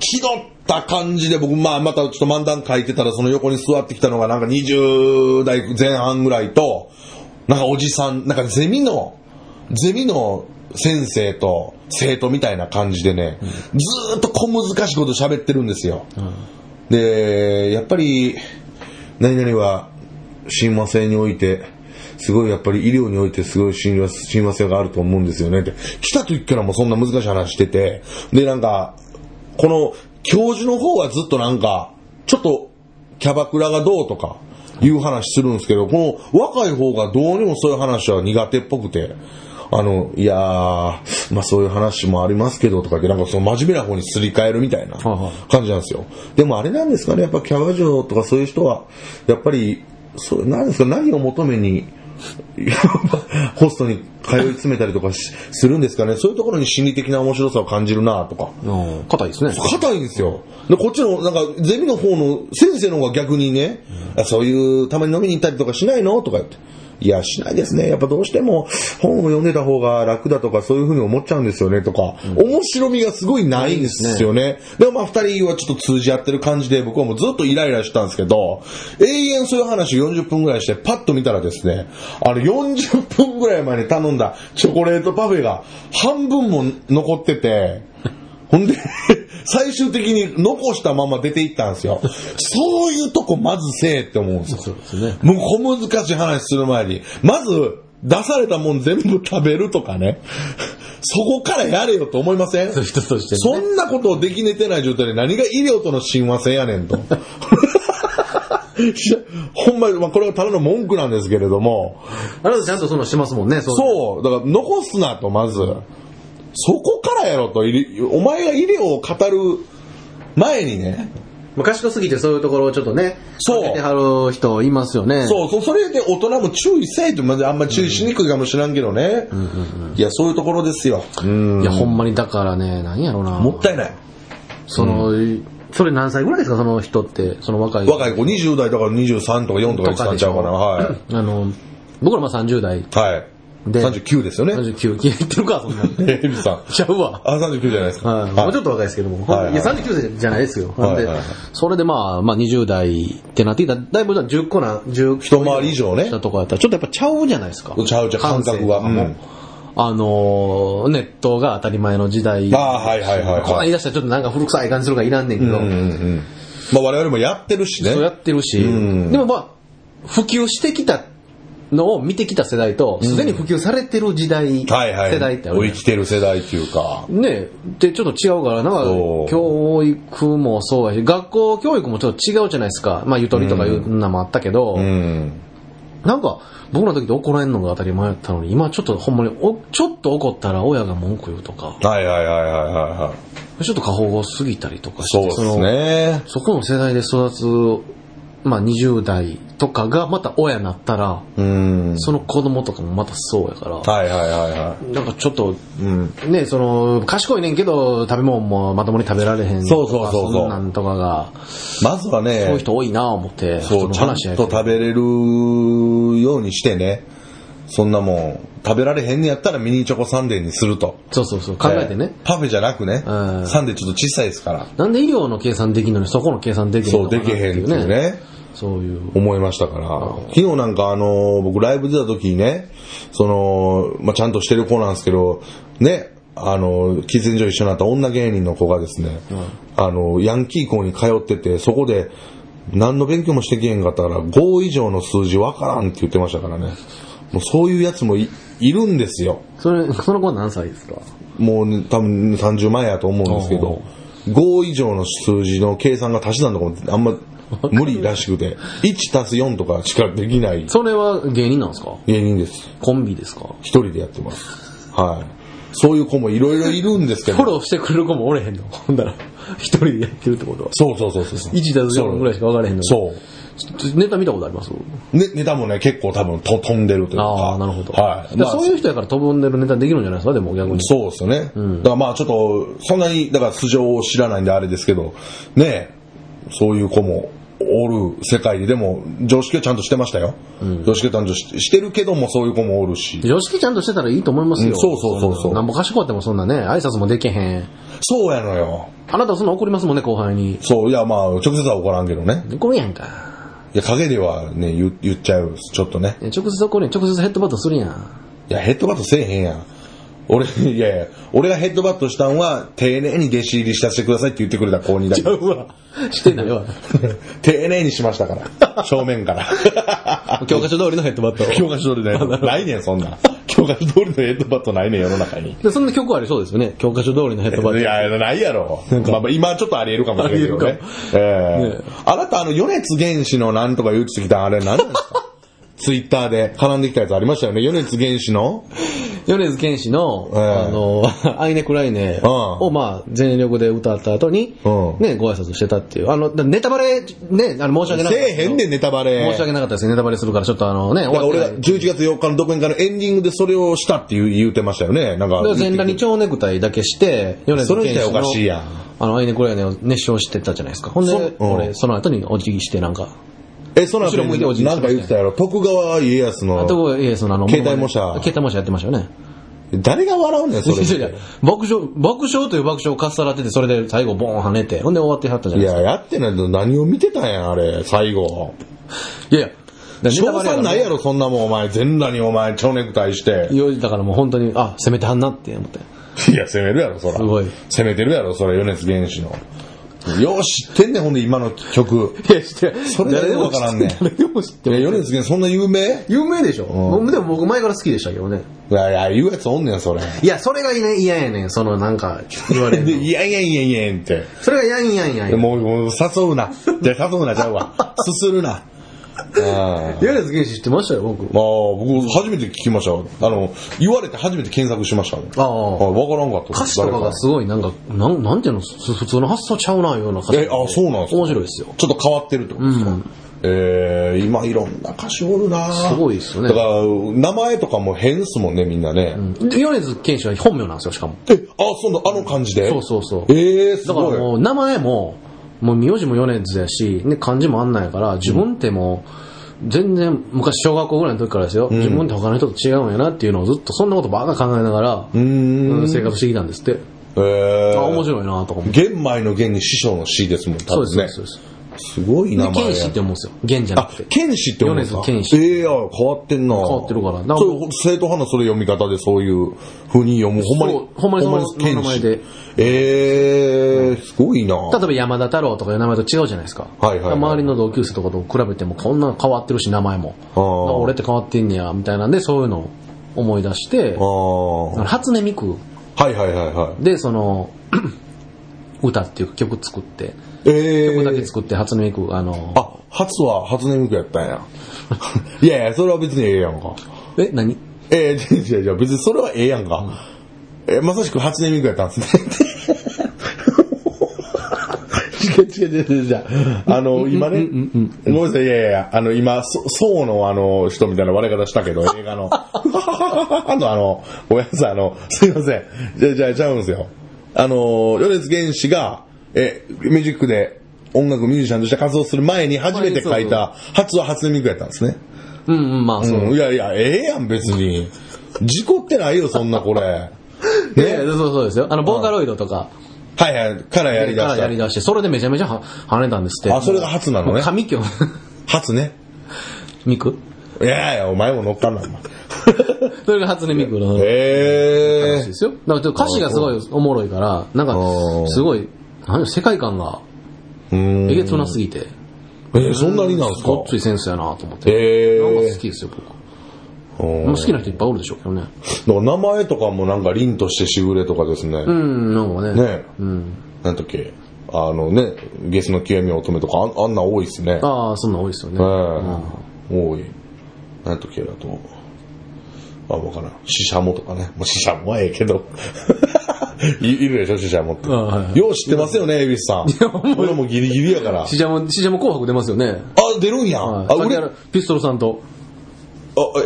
S3: 気取った感じで僕、まあ、またちょっと漫談書いてたら、その横に座ってきたのが、なんか20代前半ぐらいと、なんかおじさん、なんかゼミの、ゼミの先生と生徒みたいな感じでね、ずーっと小難しいこと喋ってるんですよ。で、やっぱり、何々は、親和性において、すごいやっぱり医療においてすごい親和親和性があると思うんですよねって。来た時からもうそんな難しい話してて、でなんか、この教授の方はずっとなんか、ちょっとキャバクラがどうとかいう話するんですけど、この若い方がどうにもそういう話は苦手っぽくて、あの、いやー、まあそういう話もありますけどとかで、なんかその真面目な方にすり替えるみたいな
S4: は
S3: 感じなんですよ。でもあれなんですかね、やっぱキャバ嬢とかそういう人は、やっぱり、それなんですか、何を求めに、 やっぱホストに通い詰めたりとかしするんですかね、そういうところに心理的な面白さを感じるなとか。
S4: うん硬いですね。
S3: 硬いんですよ。で、こっちの、なんか、ゼミの方の先生の方が逆にね、あそういう、たまに飲みに行ったりとかしないのとか言って。いや、しないですね。やっぱどうしても本を読んでた方が楽だとかそういうふうに思っちゃうんですよねとか、面白みがすごいないんですよね。でもまあ二人はちょっと通じ合ってる感じで僕はもうずっとイライラしたんですけど、永遠そういう話を40分ぐらいしてパッと見たらですね、あの40分ぐらい前に頼んだチョコレートパフェが半分も残ってて、ほんで、 最終的に残したまま出ていったんですよ。そういうとこまずせえって思うんですよ。もう小難しい話する前に。まず、出されたもん全部食べるとかね。そこからやれよと思いません
S4: そういう人としてね
S3: そんなことをできねてない状態で何が医療との親和性やねんと。 いやほんまに、まあ、これはただの文句なんですけれども、
S4: あなたちゃんとそのしてますもんね。そう。
S3: そう、だから残すなと、まず。そこからやろと、医療お前が医療を語る前にね、
S4: まあ賢すぎてそういうところをちょっとね、
S3: そう
S4: かけてはる人いますよね。
S3: そう、そうそれで大人も注意せえと、まだあんま注意しにくいかもしらんけどね。いや、そういうところですよ。うん
S4: いや、ほんまにだからね、なんやろな。
S3: もったいない。
S4: その、それ何歳ぐらいですか、その人って、その若い。
S3: 若い子、20代だから23とか4とか言ってたんちゃうかな。はい。
S4: あの、僕らまあ30代、
S3: はい。
S4: で
S3: 39ですよね。
S4: 39、言ってるか、そんなん。
S3: え、エビさん。
S4: ちゃうわ。
S3: あ、39じゃないですか。
S4: はい、もうちょっと若いですけども、
S3: はいはい
S4: いや39歳じゃないですよ、
S3: はい
S4: なんで
S3: はいはい
S4: それでまあ、まあ、20代ってなっていたらだいぶ10個な10
S3: 一回り以上ね
S4: したとかやったらちょっとやっぱちゃうじゃないですか
S3: ちゃうちゃう感覚は
S4: 性とかも
S3: うん
S4: あのーネットが当たり前の時代
S3: ああ、はいはいはい
S4: こんなん
S3: は
S4: 言い
S3: い。
S4: 出したらちょっとなんか古臭い感じするからいらんねんけ
S3: うん
S4: ど、
S3: うんうん。まあ我々もやってるしね。
S4: そうやってるし、
S3: うん
S4: でもまあ普及してきたのを見てきた世代とすでに普及されてる時代、
S3: はいはい。
S4: 世代ってあるじゃないですか
S3: 生きてる世代っていうか。
S4: ねえ、で、ちょっと違うから、なんか
S3: そう、
S4: 教育もそうやし、学校教育もちょっと違うじゃないですか。まあ、ゆとりとかいうのもあったけど、
S3: うん。
S4: なんか、僕らの時って怒られんのが当たり前だったのに、今ちょっとほんまにお、ちょっと怒ったら親が文句言うとか、
S3: はいはいはいはいはいはい。
S4: ちょっと過保護すぎたりとかして
S3: そうですね。
S4: そのそこの世代で育つ、まあ、20代とかがまた親になったら、
S3: うん。
S4: その子供とかもまたそうやから、
S3: はいはいはいは
S4: なんかちょっと、
S3: い。うん。
S4: ね、その、賢いねんけど、食べ物もまともに食べられへん
S3: そ
S4: と
S3: う
S4: か。
S3: そうそうそうん
S4: なんとかが、
S3: まずはね、
S4: そういう人多いなぁ思って、
S3: そう、
S4: の
S3: ちゃん
S4: 話やけ
S3: と
S4: ど
S3: 食べれるようにしてね。そんなもん、食べられへんのやったらミニチョコサンデーにすると。
S4: そうそうそう、考えてね。。
S3: パフェじゃなくね。
S4: うん
S3: サンデーちょっと小さいですから。
S4: なんで医療の計算できんのにそこの計算できへん
S3: そ
S4: の
S3: う、
S4: か
S3: で
S4: な
S3: きへんっていう。ね。
S4: そういう。
S3: 思いましたから、昨日なんかあの、僕ライブ出た時にね、その、まあ、ちゃんとしてる子なんですけど、ね、あの、喫煙所一緒になった女芸人の子がですね、あの、ヤンキー校に通ってて、そこで、何の勉強もしてきへんかったから、5以上の数字わからんって言ってましたからね。もうそういうやつもいいるんですよ。
S4: それ、その子は何歳ですか
S3: もう、ね、多分30万円やと思うんですけど、5以上の数字の計算が足し算とかもあんま無理らしくて、1足す4とかしかできない
S4: それは芸人なんですか
S3: 芸人です。
S4: コンビですか
S3: 一人でやってます。はい。そういう子もいろいろいるんですけ
S4: フォロ
S3: ど。
S4: ーしてくれる子もおれへんの ほんだら、一人でやってるってことは。
S3: そうそうそうそう。
S4: 1だと4ぐらいしか分からへんの。
S3: そう
S4: ネタ見たことあります
S3: う。ね、ネタもね、結構多分と飛んでるというか。
S4: ああ、なるほど。
S3: はい。
S4: だ
S3: ま
S4: か
S3: あ
S4: らそういう人やから飛んでるネタできるんじゃないですかでも逆に。
S3: そうですよね。だからまあちょっと、そんなに、だから素性を知らないんであれですけど、ねえそういう子もおる世界で、でも常識はちゃんとしてましたよ。常識はちゃんとししてるけどもそういう子もおるし。
S4: 常識ちゃんとしてたらいいと思います
S3: う
S4: よ。
S3: んそうそうそうそうん
S4: なんぼ賢くてもそんなね、挨拶もできへん。
S3: そうやのよ。
S4: あなたそんな怒りますもんね、後輩に。
S3: そう、いやまあ直接は怒らんけどね。
S4: 怒るやんか。
S3: いや、陰ではね、言言っちゃう。ちょっとね。
S4: いや直接怒るやん。直接ヘッドバットするやん。
S3: いや、ヘッドバットせえへんやん。俺、いやいや、俺がヘッドバットしたんは、丁寧に弟子入りさせてくださいって言ってくれた高2だけど。
S4: してないわ。
S3: 丁寧にしましたから。正面 から。
S4: 教科書通りのヘッドバットを。
S3: 教科書通りだよ。ないねん、そんなん。教科書通りのヘッドバットないねん、世の中に。
S4: でそんな曲ありそうで すよね。教科書通りのヘッドバ
S3: い
S4: ッ
S3: や、ないやろ。まあまあ、今ちょっとあり得るかもしれないけどね。ええあなた、あの、米津玄師のなんとか言ってきたあれ何なん ですかツイッターで絡んできたやつありましたよね。米津玄師の
S4: ト。米津玄師の、
S3: ええ
S4: あの、 アイネクライネを、まあ、全力で歌った後に
S3: うん、
S4: ね、ご挨拶してたっていう。あの、だネタバレ、ね、あの、申し訳なかった
S3: せ
S4: です
S3: え
S4: け
S3: へ
S4: ど。
S3: んねん、ネタバレ。
S4: 申し訳なかったですね。ネタバレするから、ちょっとあのね、
S3: だから俺が11月4日の独演会のエンディングでそれをしたっていう言うてましたよね。なんか。
S4: で全裸に蝶ネクタイだけして、米津
S3: それ
S4: 玄
S3: 自
S4: 師
S3: 体お
S4: の
S3: かしいやん。
S4: あの、アイネクライネを熱唱してたじゃないですか。ほんで、
S3: そうん
S4: 俺、その後にお辞儀して、なんか、
S3: え、その後
S4: 後ろ向いてお辞
S3: に
S4: 儀
S3: なんか言ってたやろ。徳川家康
S4: あ
S3: の。
S4: と、ええ、その、あの、
S3: 携帯模
S4: も
S3: 写
S4: のまね携帯模写やってましたよね。
S3: 誰が笑うねん、それ。
S4: いやいや爆笑、爆笑という爆笑をかっさらってて、それで最後ボーン跳ねて、ほんで終わってはったじゃ
S3: い
S4: ないです
S3: や、やってないと何を見てたんやん、あれ、最後。
S4: か。いやいや、だからネタ
S3: 賞
S4: バレ
S3: 賛
S4: が
S3: ないやろ、そんなもん、お前。全裸にお前、蝶ネクタイして。
S4: いやだからもう本当に、あ、攻めてはんなって思って。
S3: いや、攻めるやろ、そら。
S4: すごい
S3: 攻めてるやろ、そら、米津玄師の。よう知ってんねん、ほんで、今の曲。
S4: いや、して、
S3: それ誰でもわからんねん。
S4: 誰でも知って
S3: い
S4: る。
S3: や、米津玄師そんな有名
S4: 有名でしょ、
S3: うん
S4: でも僕前から好きでしたけどね。
S3: いやいや、言うやつおんねん、それ。
S4: いや、それがね嫌やねん、そのなんか言われる
S3: で、
S4: の。
S3: いやいやいやいやいやって。
S4: それが嫌んやんやんやん。
S3: もう、もう誘う な。で、誘うな、ちゃうわ。すするな。あ
S4: 米津玄師知ってましたよ、僕。
S3: まあ、僕、初めて聞きました。あの、言われて初めて検索しましたね。
S4: あ
S3: あ
S4: あ。
S3: わからんかったです。
S4: 歌詞とかがすごいなんか、なんなんていうの、す普通の発想ちゃうな、ような歌詞。
S3: え、あ、そうなんですか
S4: 面白いですよ。
S3: ちょっと変わってるってことですか、
S4: うん
S3: えー、今いろんな歌手おるな
S4: すごいですよね
S3: だから、名前とかも変っすもんね、みんなね。
S4: で米津玄師は本名なんですよ、しかも。
S3: え、あ、そんな、あの感じで
S4: そうそうそう。
S3: えー、す
S4: だから
S3: ごい。
S4: もう名前も、もう名字も米津やし、ね、漢字もあんないから、自分ってもう、全然昔小学校ぐらいの時からですよ、自分って他の人と違うんやなっていうのをずっとそんなことばっか考えながら、
S3: うーん。
S4: うん生活してきたんですって。
S3: えー、
S4: あ、面白いなとか思って。
S3: 玄米の玄に師匠の師ですもん、多
S4: そう
S3: 分
S4: です
S3: ね。
S4: ね。そうです。
S3: すごい名
S4: で、
S3: 前や。
S4: 剣士って思うんですよ。玄じゃな
S3: あ
S4: くて、。
S3: 剣士って思うんですか
S4: 米津玄師
S3: ええー、あ変わってんな。変
S4: わってるからなんか
S3: それ、正統派のそれ読み方でそういう風に読む。ほんまに
S4: そ。うほんまにその名前で。
S3: ええー、すごいな。
S4: 例えば山田太郎とかいう名前と違うじゃないですか。
S3: はいはいはい
S4: 周りの同級生とかと比べてもこんな変わってるし、名前も。
S3: あー
S4: あ俺って変わってんねや、みたいなんで、そういうのを思い出して
S3: あ、あ。は
S4: 初音ミク
S3: いはいはいはい。
S4: で、その、 歌っていう曲作って、
S3: ええ
S4: 曲だけ作って初音ミク、あの、
S3: あ、初は初音ミクやったんや。 いやいや、それは別にええやんか。
S4: え、何
S3: ええー、じゃじゃ別にそれはええやんか。えーまさしく初音ミクやったんですね。 違う違う違う違う違う。あの、今ね、ごめんなさい、いやいや、あの、今、そそうのあの、人みたいな割れ方したけ ど、映画の。あの、あの、ごめんなさい、あの、すいません。じゃあじゃあちゃうんですよ。あの、米津玄師が、え、ミュージックで音楽ミュージシャンとして活動する前に初めて書いた、初は初音ミクやったんですね。
S4: うんうん、まあ、そう。
S3: うん、いやいや、ええやん、別に。事故ってないよ、そんなこ れ。
S4: いや
S3: ね。
S4: いやそうそうですよ。あの、ボーカロイドとか、
S3: はいはい、からやりだ
S4: からやり
S3: し
S4: だして、それでめちゃめちゃは跳ねたんですって。
S3: た。あ、それが初なのね。
S4: 神教
S3: 初ね。
S4: ミク
S3: いやいや、お前も乗っかんな、お前
S4: それが初音ミクの
S3: え
S4: 話ですよ。だからちょっと歌詞がすごいおもろいから、なん
S3: うん
S4: か、すごい、何よ世界観が
S3: えー。
S4: えげつ
S3: な。
S4: なすぎて、
S3: えー、そんなになんすか
S4: ごっついセンスやなと思って。
S3: え
S4: なんか好
S3: ー
S4: き。ですよ、僕。
S3: うん
S4: もう好きな人いっぱいおるでしょうけどね。
S3: だから名前とかもなんか凛としてしぐれとかですね。
S4: うん、なんかね。
S3: ね
S4: うん。
S3: なんとっけ。あのね、ゲスの極み乙女とかあんあんな多いっすね。
S4: ああ、そんなん多いですよね。
S3: はい、多い。なんと系だと。あ、わからん。シシャモとかね。もうシシャモはええけど。 いいるでしょ、シシャモって。
S4: は
S3: よう知ってますよね、エビスさん。俺もギリギリやから。あ
S4: シジャモ、シジャモ紅白出ますよね。
S3: 出るんや。あ、
S4: はい、
S3: 売れ、あ
S4: さっきあのピストルさんと。、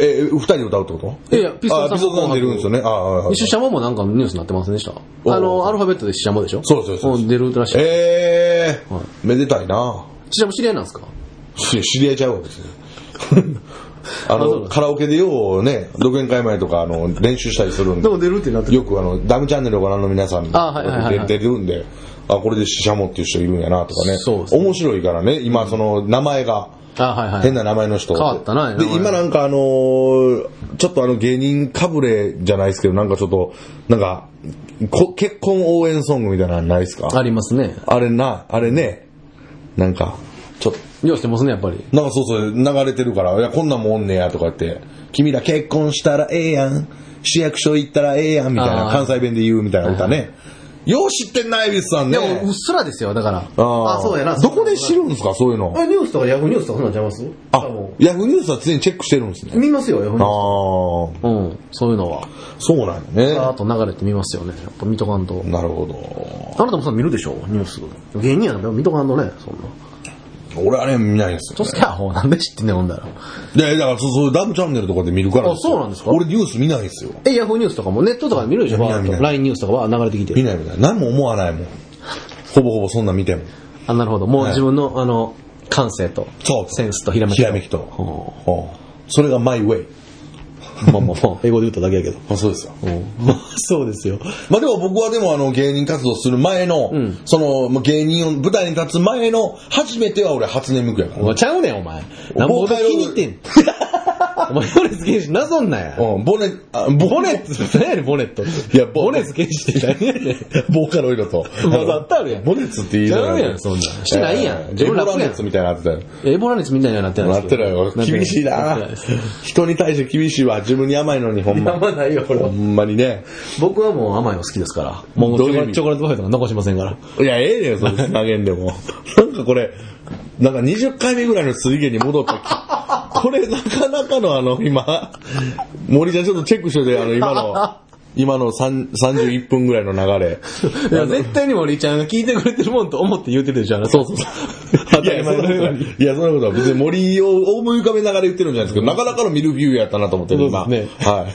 S3: え、二人で歌うってこと
S4: いやいや、ピストル
S3: あ、
S4: さん
S3: ピソ
S4: と
S3: コン出るんですよね。ああ、あ
S4: 一緒シジャモもなんかニュースになってませんでした
S3: おう
S4: あの、アルファベットでシジャモでしょ
S3: そうそうそうそう
S4: も出るらしい。
S3: え
S4: はい
S3: ー、めでたいな。
S4: シジャモ知り合いなんですか
S3: いや知り合いちゃうわ、別 に。あ
S4: あそう
S3: の、
S4: だ
S3: カラオケでようね、独演会前とか、あの、練習したりするんで。
S4: も出るってなって
S3: よくあの、ダムチャンネルをご覧の皆さんに
S4: あはいはいはいはい
S3: 出てるんで、あ、これでシシャモっていう人いるんやなとかね。
S4: そうですね
S3: 面白いからね、今その名前が。
S4: あ、はいはい。
S3: 変な名前の人。
S4: 変わったな
S3: で、
S4: 名前
S3: 今なんかあのーちょっとあの芸人かぶれじゃないですけど、なんかちょっと、なんか、こ結婚応援ソングみたいなのないですか
S4: ありますね。
S3: あれな、あれね、なんか、ちょっと、
S4: 用意してますね、やっぱり。
S3: なんかそうそう、流れてるから、いや、こんなんもおんねや、とか言って、君ら結婚したらええやん、市役所行ったらええやん、みたいな、
S4: あー
S3: 関西弁で言うみたいな歌ね。よう知ってんな、エビスさんね。
S4: でも、うっすらですよ、だから。
S3: あー
S2: あそうやな
S3: どこで知るんですか、そういうの。
S2: あ、ニュースとかヤフーニュースとかそんなんちゃいます
S3: あ
S2: も、
S3: ヤフーニュースは常にチェックしてるんです
S2: う
S3: ね。
S2: 見ますよ、ヤフーニ
S3: ああ
S2: ュー、
S4: うん、そういうのは。
S3: そうなんやね。
S4: あと流れて見ますよね。やっぱ見とかんと。
S3: なるほど。
S4: あなたもさ、見るでしょニュース。芸人やな、でも見とかんとね、そんな。
S3: 俺あれ見ないんです
S4: と
S3: よ、
S4: す
S3: ね。
S4: きゃ、ほう、なんで知ってんねん、ほんだら。
S3: で、だからそうそう、ダブチャンネルとかで見るからよ
S4: あそうなんですか
S3: 俺ニュース見ないんですよ。
S4: え、ヤフーニュースとかも、ネットとかで見るでしょ
S3: 見ない
S4: バーッ
S3: 見な
S4: と
S3: い
S4: ?LINE ニュースとかは流れてき
S3: 見
S4: て。
S3: ないみたいな。何も思わないもん。ほぼほぼそんなん見ても。
S4: あ、なるほど。もう
S3: はい
S4: 自分の、あの、感性と、
S3: そう
S4: センスとひらめき。
S3: ひらめきと。
S4: ほ
S3: ほうそれがマイウェイ。
S4: う。まあまあまあ、英語で言っただけやけど。
S3: あそうですよ。
S4: まあ、そうですよ。
S3: まあでも僕はでもあの芸人活動する前の、
S4: ん
S3: そのまあ芸人を舞台に立つ前の、初めては俺初音ミクやから。
S4: お前ちゃうねん、お前。なんぼ俺気に入ってん。 お前、米津玄師なぞんなや。
S3: うん、ボネ、あボ
S4: ボネット、何やねん、ボネットって。
S3: いやボ
S4: ボネ津玄師って何やねん。
S3: ボーカロイドと。
S4: 混ざってあるやん
S3: ボネツって言いながら
S4: ちゃうやんそんなんしてないやん
S3: えー
S4: 自
S3: エボ
S4: 分ら
S3: ラ
S4: 楽やん
S3: ネツみたいなのなってた
S4: エボラ熱みたいにはなって
S3: よ。
S4: ない
S3: なってないよ。厳しいな人に対して厳しいわ。自分に甘いのに、ほん
S4: あん
S3: ま。
S4: まないよ、これ
S3: ほ
S4: は。
S3: んまにね。
S4: 僕はもう甘いの好きですから。もうチ
S3: どういう
S4: ョコ
S3: 意
S4: レ
S3: 味
S4: チョコレートパフェとか残しませんから。
S3: いや、ええねんよ、その投げんでも。 なんかこれ、なんか20回目ぐらいの水源に戻った。 これ、なかなかのあの、今、森ちゃんちょっとチェックしといて、あの、今の、今の3 31分ぐらいの流れ。
S4: いや、絶対に森ちゃんが聞いてくれてるもんと思って言うてるでしょ、あなた
S3: そうそうそう。
S4: 当たり前のように。
S3: いや、そんなことは別に森を思い浮かべながら言ってるんじゃないですけど、なかなかのミルフィーユやったなと思ってる、今。
S4: そうですね
S3: はい。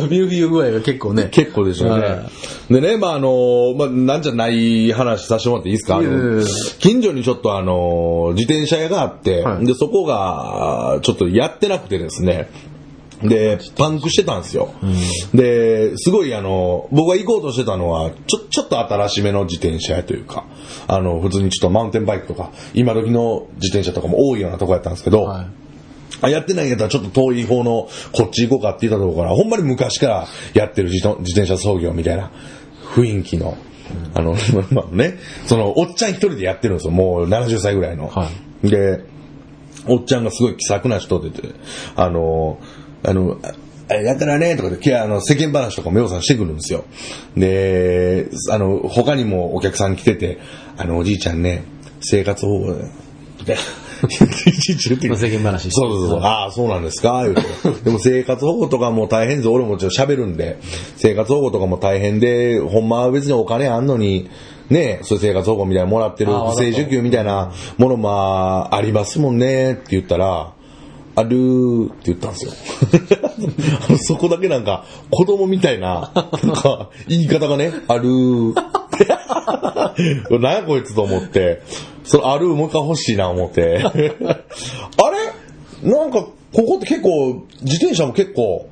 S4: そう、ビュービュー具合が結構ね。
S3: 結構でしょうね
S4: は。
S3: でね、まああの、まあなんじゃない話させてもらっていいですかあ
S4: いやいやい
S3: の
S4: や
S3: 近所にちょっとあの、自転車屋があって、
S4: はい
S3: で、そこが、ちょっとやってなくてですね、で、パンクしてたんですよ。で、すごいあの、僕が行こうとしてたのは、ちょ、ちょっと新しめの自転車屋というか、あの、普通にちょっとマウンテンバイクとか、今時の自転車とかも多いようなとこやったんですけど、
S4: はい
S3: あ、やってないんやったらちょっと遠い方のこっち行こうかって言ったところから、ほんまに昔からやってる自動自転車操業みたいな雰囲気の、あの、 まあね、その、おっちゃん一人でやってるんですよ、もう70歳ぐらいの。
S4: は
S3: で、おっちゃんがすごい気さくな人でて、あの、あの、あやったらね、とかで、けあの、世間話とかもようさんしてくるんですよ。で、あの、他にもお客さん来てて、あの、おじいちゃんね、生活保護で、 いちいち言ってく
S4: ま
S3: る
S4: あ世間話
S3: そうそうそう。ああ、そうなんですか、言うて。でも生活保護とかも大変です。俺もちょっと喋るんで。生活保護とかも大変で、ほんまは別にお金あんのに、ねえ、そういう生活保護みたいなのもらってる、
S4: ああ
S3: 不正受給みたいなものもありますもんね、って言ったら、あるーって言ったんですよ。 あのそこだけなんか、子供みたいな、なんか、言い方がね、あるーって。何や こいつと思って、そのあるーもう一回欲しいな思 って。あれなんか、ここって結構、自転車も結構、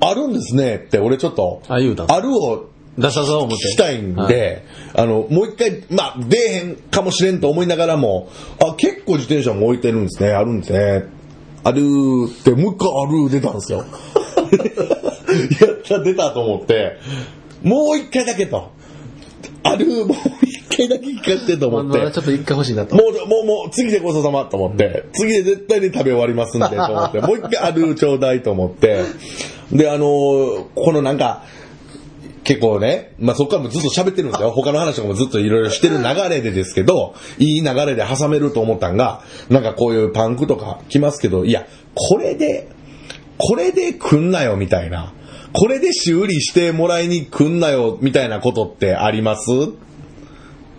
S3: あるんですねって、俺ちょっと、
S4: あ言うた
S3: あるを
S4: 出さそう思って。
S3: 聞きたいんで、
S4: は
S3: あの、もう一回、まあ、出えへんかもしれんと思いながらも、あ、結構自転車も置いてるんですね、あるんですね。あるーって、もう一回あるー出たんです よ。やった、出たと思って、もう一回だけと。あるーもう一回だけ聞かせてと
S4: まあ
S3: 思っ
S4: ま
S3: て
S4: だ。ちょっと一回欲しいなと。
S3: もう、もう、もう、次でごちそうさまと思って、次で絶対に食べ終わりますんで、と思って、もう一回あるちょうだいと思って、で、あのーこのなんか、結構ね、まあ、そこからもずっと喋ってるんですよ。他の話とかもずっといろいろしてる流れでですけど、いい流れで挟めると思ったんが、なんかこういうパンクとか来ますけど、いや、これで、これで来んなよ、みたいな。これで修理してもらいに来んなよ、みたいなことってありますっ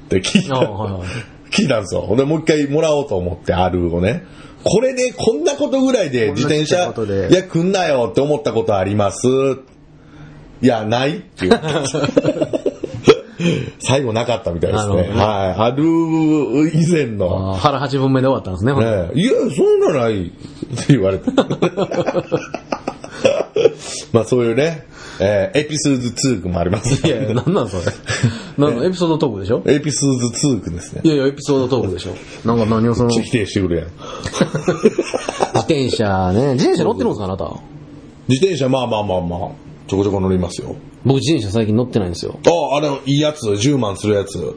S3: て聞いた
S4: あはいはい
S3: 聞いたんですよ。ほんで、もう一回もらおうと思って、あるをね。これで、こんなことぐらいで自転車
S4: こんなちっちゃいこと、で
S3: いや、来んなよって思ったことありますいや、ないって言ったんですよ 最後なかったみたいですね。
S4: なるほどね
S3: はい。ある以前の。
S4: あー腹八分目で終わったんですねほんで。
S3: ねえいや、そんなないって 言われた。まあそういうね、えーエピソード2もあります
S4: いや、なんなんそれ。なんかエピソードトークでしょ
S3: エピソード2区ですね
S4: い。やいや、エピソードトークでしょ。なんか何をその、
S3: ちょ
S4: 自
S3: 否定してくれやん。
S4: 転車ね。自転車乗ってるんですか、あなた。
S3: 自転車、まあまあまあまあ、ちょこちょこ乗りますよ。
S4: 僕自転車最近乗ってないんですよ。
S3: ああ、あれ、いいやつ、10万するやつ。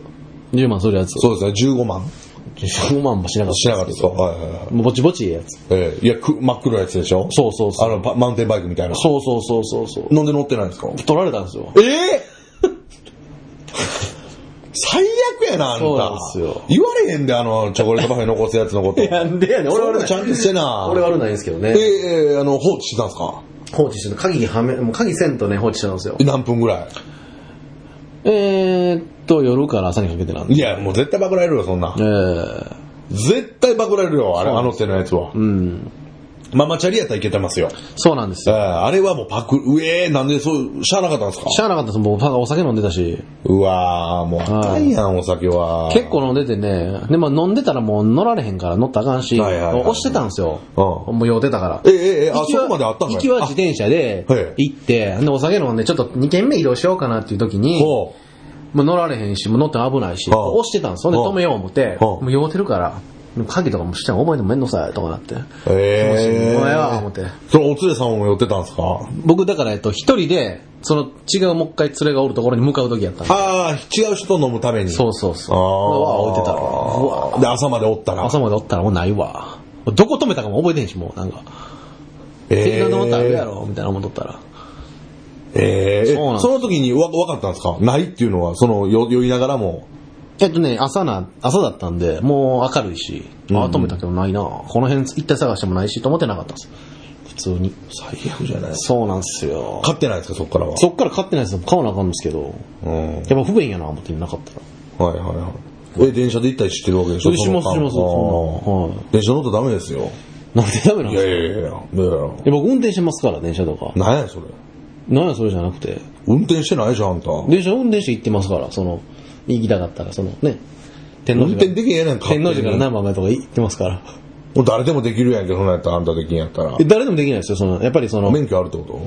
S4: 10万するやつ。
S3: そうですね、15万
S4: 15万もしなかっ
S3: しなかったですかはいはいはい
S4: た。。もうぼちぼちいいやつ。
S3: ええいや、く真っ黒いやつでしょ
S4: そうそうそう
S3: あの、パマウンテンバイクみたいな。
S4: そうそうそうそうそう。
S3: なんで乗ってないんですか
S4: 取られたんですよ。
S3: ええ最悪やな、あんた。
S4: そうなんですよ
S3: 言われへんで、あの、チョコレートパフェ残すやつのこと。
S4: なんでやねん。俺
S3: 俺
S4: 悪
S3: は
S4: ない
S3: ち。ゃんとしてな。
S4: 俺悪ないんですけどね。
S3: ええあの、放置してたんですか
S4: 放置してる鍵はめ、もう鍵せんとね、放置してたんですよ。
S3: 何分ぐらい
S4: えーっと、夜から朝にかけてなんで。
S3: いや、もう絶対バクられるよ、そんな
S4: え。ー、
S3: 絶対バクられるよ、あれ、あの手のやつは。
S4: うん。
S3: ママチャリやったらいけてますよ。
S4: そうなんです
S3: え
S4: よ。
S3: ーあれはもうパク、うえー、なんでそう、しゃあなかったんですか
S4: しゃあなかったです。もうパパお酒飲んでたし、
S3: うわー、もうあかんやん、お酒は。
S4: 結構飲んでてね、でも飲んでたらもう乗られへんから乗ったらあかんし、
S3: はいはいはい
S4: 押してたんですよ。
S3: う
S4: もう酔うてたから。
S3: ええええあ、
S4: 行き
S3: そ
S4: は
S3: こまであったんかい
S4: 行きは自転車で
S3: あはい
S4: 行って、でお酒飲んでちょっと2軒目移動しようかなっていう時に、
S3: ほ
S4: もう乗られへんし、もう乗って危ないし、
S3: はあ
S4: 押してたんです。そんで
S3: はあ
S4: 止めよう思っ
S3: は
S4: て、
S3: あ
S4: もう酔うてるから、もう鍵とかもしちゃう覚えてもめんどくさいとかなって。
S3: うええ
S4: お前は思って。
S3: そのお連れさんも寄ってたんですか
S4: 僕だから、えっと、一人で、その違うもう一回連れがおるところに向かう時やったんで。
S3: ああ、違う人と飲むために。
S4: そうそうそう。
S3: あ
S4: う
S3: あ。
S4: わ、置いてたら。うわ、
S3: で、朝までおったら。
S4: 朝までおったらもうないわ。どこ止めたかも覚えてへんし、もうなんか。
S3: え
S4: 適当なもんとあるや
S3: ろ。
S4: ろ、みたいなもんとったら。
S3: ええ
S4: そうなんです
S3: その時にわ、わかったんですかないっていうのは、その、よ酔いながらも。
S4: えっとね、朝な、朝だったんで、もう明るいし、あ
S3: うん
S4: 止めたけどないな。この辺一体探してもないし、と思ってなかったんです。普通に。
S3: 最悪じゃないです
S4: そうなんですよ
S3: か。。買ってないですか、そっからは。
S4: そっから買ってないですよ。買わなあかんですけど。
S3: うん。はい
S4: やっぱ不便やな、思ってなかったら。
S3: はいはい。え、電車で行ったりしてるわけでしょ
S4: します
S3: その間
S4: しますそんな
S3: あ
S4: は
S3: あ電車乗ったらダメですよ。
S4: なんでダメなん
S3: い
S4: で
S3: やいやい
S4: すか
S3: やいや。だから
S4: いや僕運転してますから、電車とか。
S3: 何やそれ。
S4: なんやそれじゃなくて。
S3: 運転してないじゃん、あんた。
S4: 電車運転して行ってますから、その、行きたかったら、そのね。天
S3: 運
S4: 皇
S3: 転
S4: 寺か
S3: できへんやなんか。
S4: ら。天皇寺から
S3: な。
S4: 何番前とか行ってますから。
S3: もう誰でもできるやんけ、そんなんやったら、あんたできんやったら
S4: え。誰でもできないですよ、その、やっぱりその、
S3: 免許あるってこと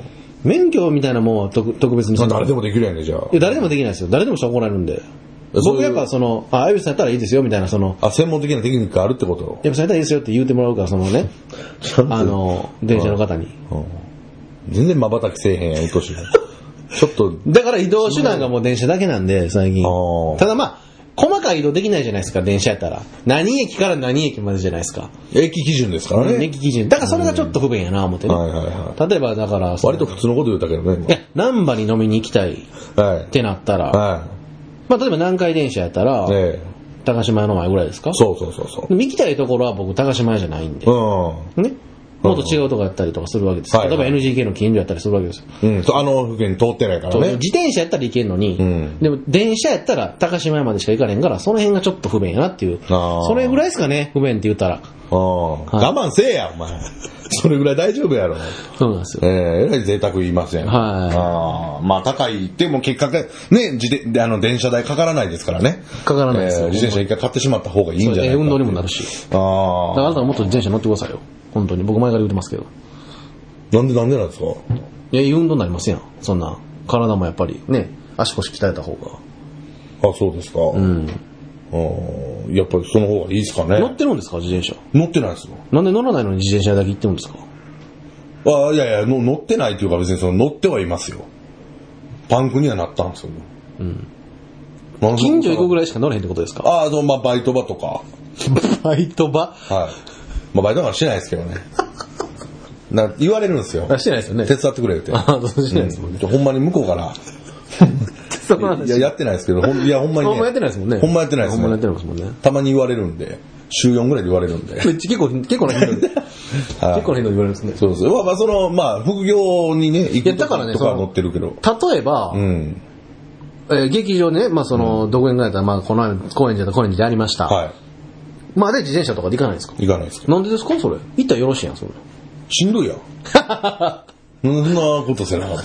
S4: 免許みたいなもんは特特別に。
S3: まあ誰でもできるやんけ、じゃあ
S4: い。や誰でもできないですよ。誰でもしたら怒られるんで。
S3: そういう
S4: 僕やっぱその、あ、アイビスさんやったらいいですよ、みたいな、その、
S3: あ、専門的なテクニックあるってこと
S4: やっぱさんやったらいいですよって言うてもらうから、そのね、あの、電車の方に。
S3: うん全然瞬きせえへんやん、うっ とうしいなちょっと、
S4: だから移動手段がもう電車だけなんで、最近
S3: あー。
S4: ただまあ、細かい移動できないじゃないですか、電車やったら。何駅から何駅までじゃないですか。
S3: 駅基準ですからね。
S4: 駅基準。だからそれがちょっと不便やな、思ってね。
S3: はいはいは
S4: 例えばだから、
S3: い。割と普通のこと言ったけど
S4: いや
S3: ね、、
S4: 難波に飲みに行きたいっ
S3: 今。はい。
S4: てなったら、
S3: は
S4: まあ例えば南海電車やったら
S3: い。、ええ。
S4: 高島屋の前ぐらいですか
S3: そうそうそうそう。
S4: でも行きたいところは僕、高島屋じゃないんで
S3: う。ん。
S4: ね。もっと違うとこやったりとかするわけですよ。
S3: はい
S4: 例
S3: は
S4: え
S3: い
S4: ば NGK の近所やったりするわけですよ。
S3: うん、そうあの福に通ってないから
S4: そう
S3: ね
S4: 自。転車やったら行けるのに、
S3: うん
S4: でも電車やったら高島屋までしか行かれへんから、その辺がちょっと不便やなっていう。
S3: あー
S4: それぐらいですかね、不便って言ったら。
S3: うん。我慢せえや、お前。 それぐらい大丈夫やろ。
S4: そうなんですよ。
S3: ええ、えらい贅沢言いますやん。
S4: はい
S3: ああ、まあ高い。でも結果、ね、自転、であの、電車代かからないですからね。
S4: かからないです
S3: え
S4: よ。
S3: え自転車一回買ってしまった方がいいんじゃない
S4: ええ
S3: か
S4: 運動にもなるし。だからあ
S3: あ
S4: なたももっと自転車乗ってくださいよ。本当に。僕前から言ってますけど。
S3: あ。なんでなんでなんですか
S4: いや、いい運動になりませんやん。そんな。体もやっぱりね、足腰鍛えた方が。
S3: あ、そうですか。う。
S4: うんん。
S3: やっぱりその方がいいですかね。
S4: 乗ってるんですか、自転車。
S3: 乗ってないですよ。
S4: なんで乗らないのに自転車だけ行ってるんですか
S3: あいやいや、の乗ってないというか別にその乗ってはいますよ。パンクにはなったんですよ。うん。
S4: 近所行くぐ
S3: らい
S4: らいしか乗れへんってことですか
S3: ああ、そう、まあバイト場とか。
S4: バイト場。
S3: はい。まあバイトなんかしてないですけどね。な言われるんですよ。
S4: あしてないですよね
S3: 手伝ってくれって。
S4: あそうしてないですもんね。
S3: ほんまに向こうから。
S4: その
S3: いや、やってないですけど、ほんいや、ほんまに、ね。
S4: ほんまやってないですもんね。
S3: ほんまやってないですね
S4: ほんまやってないですもんね。
S3: たまに言われるんで、週4ぐらいで言われるんで。
S4: めっちゃ結構、結構な頻度 で。結構な頻度で言われるんですね。
S3: そうですまあまあ、その、まあ、副業にね、行
S4: いや
S3: くと
S4: だか
S3: か
S4: らね
S3: とか
S4: その
S3: 乗ってるけど。
S4: 例えば
S3: う、ん。
S4: えー劇場ね、まあその、どこにかやったら、まあこの前、高円寺だったら高円寺でありました。
S3: は
S4: まあで自転車とかで行かないんですか
S3: い。行かないですけど。
S4: なんでですかそれ。行ったらよろしいやん、それ。
S3: しんどいやん。そんなことせなかった。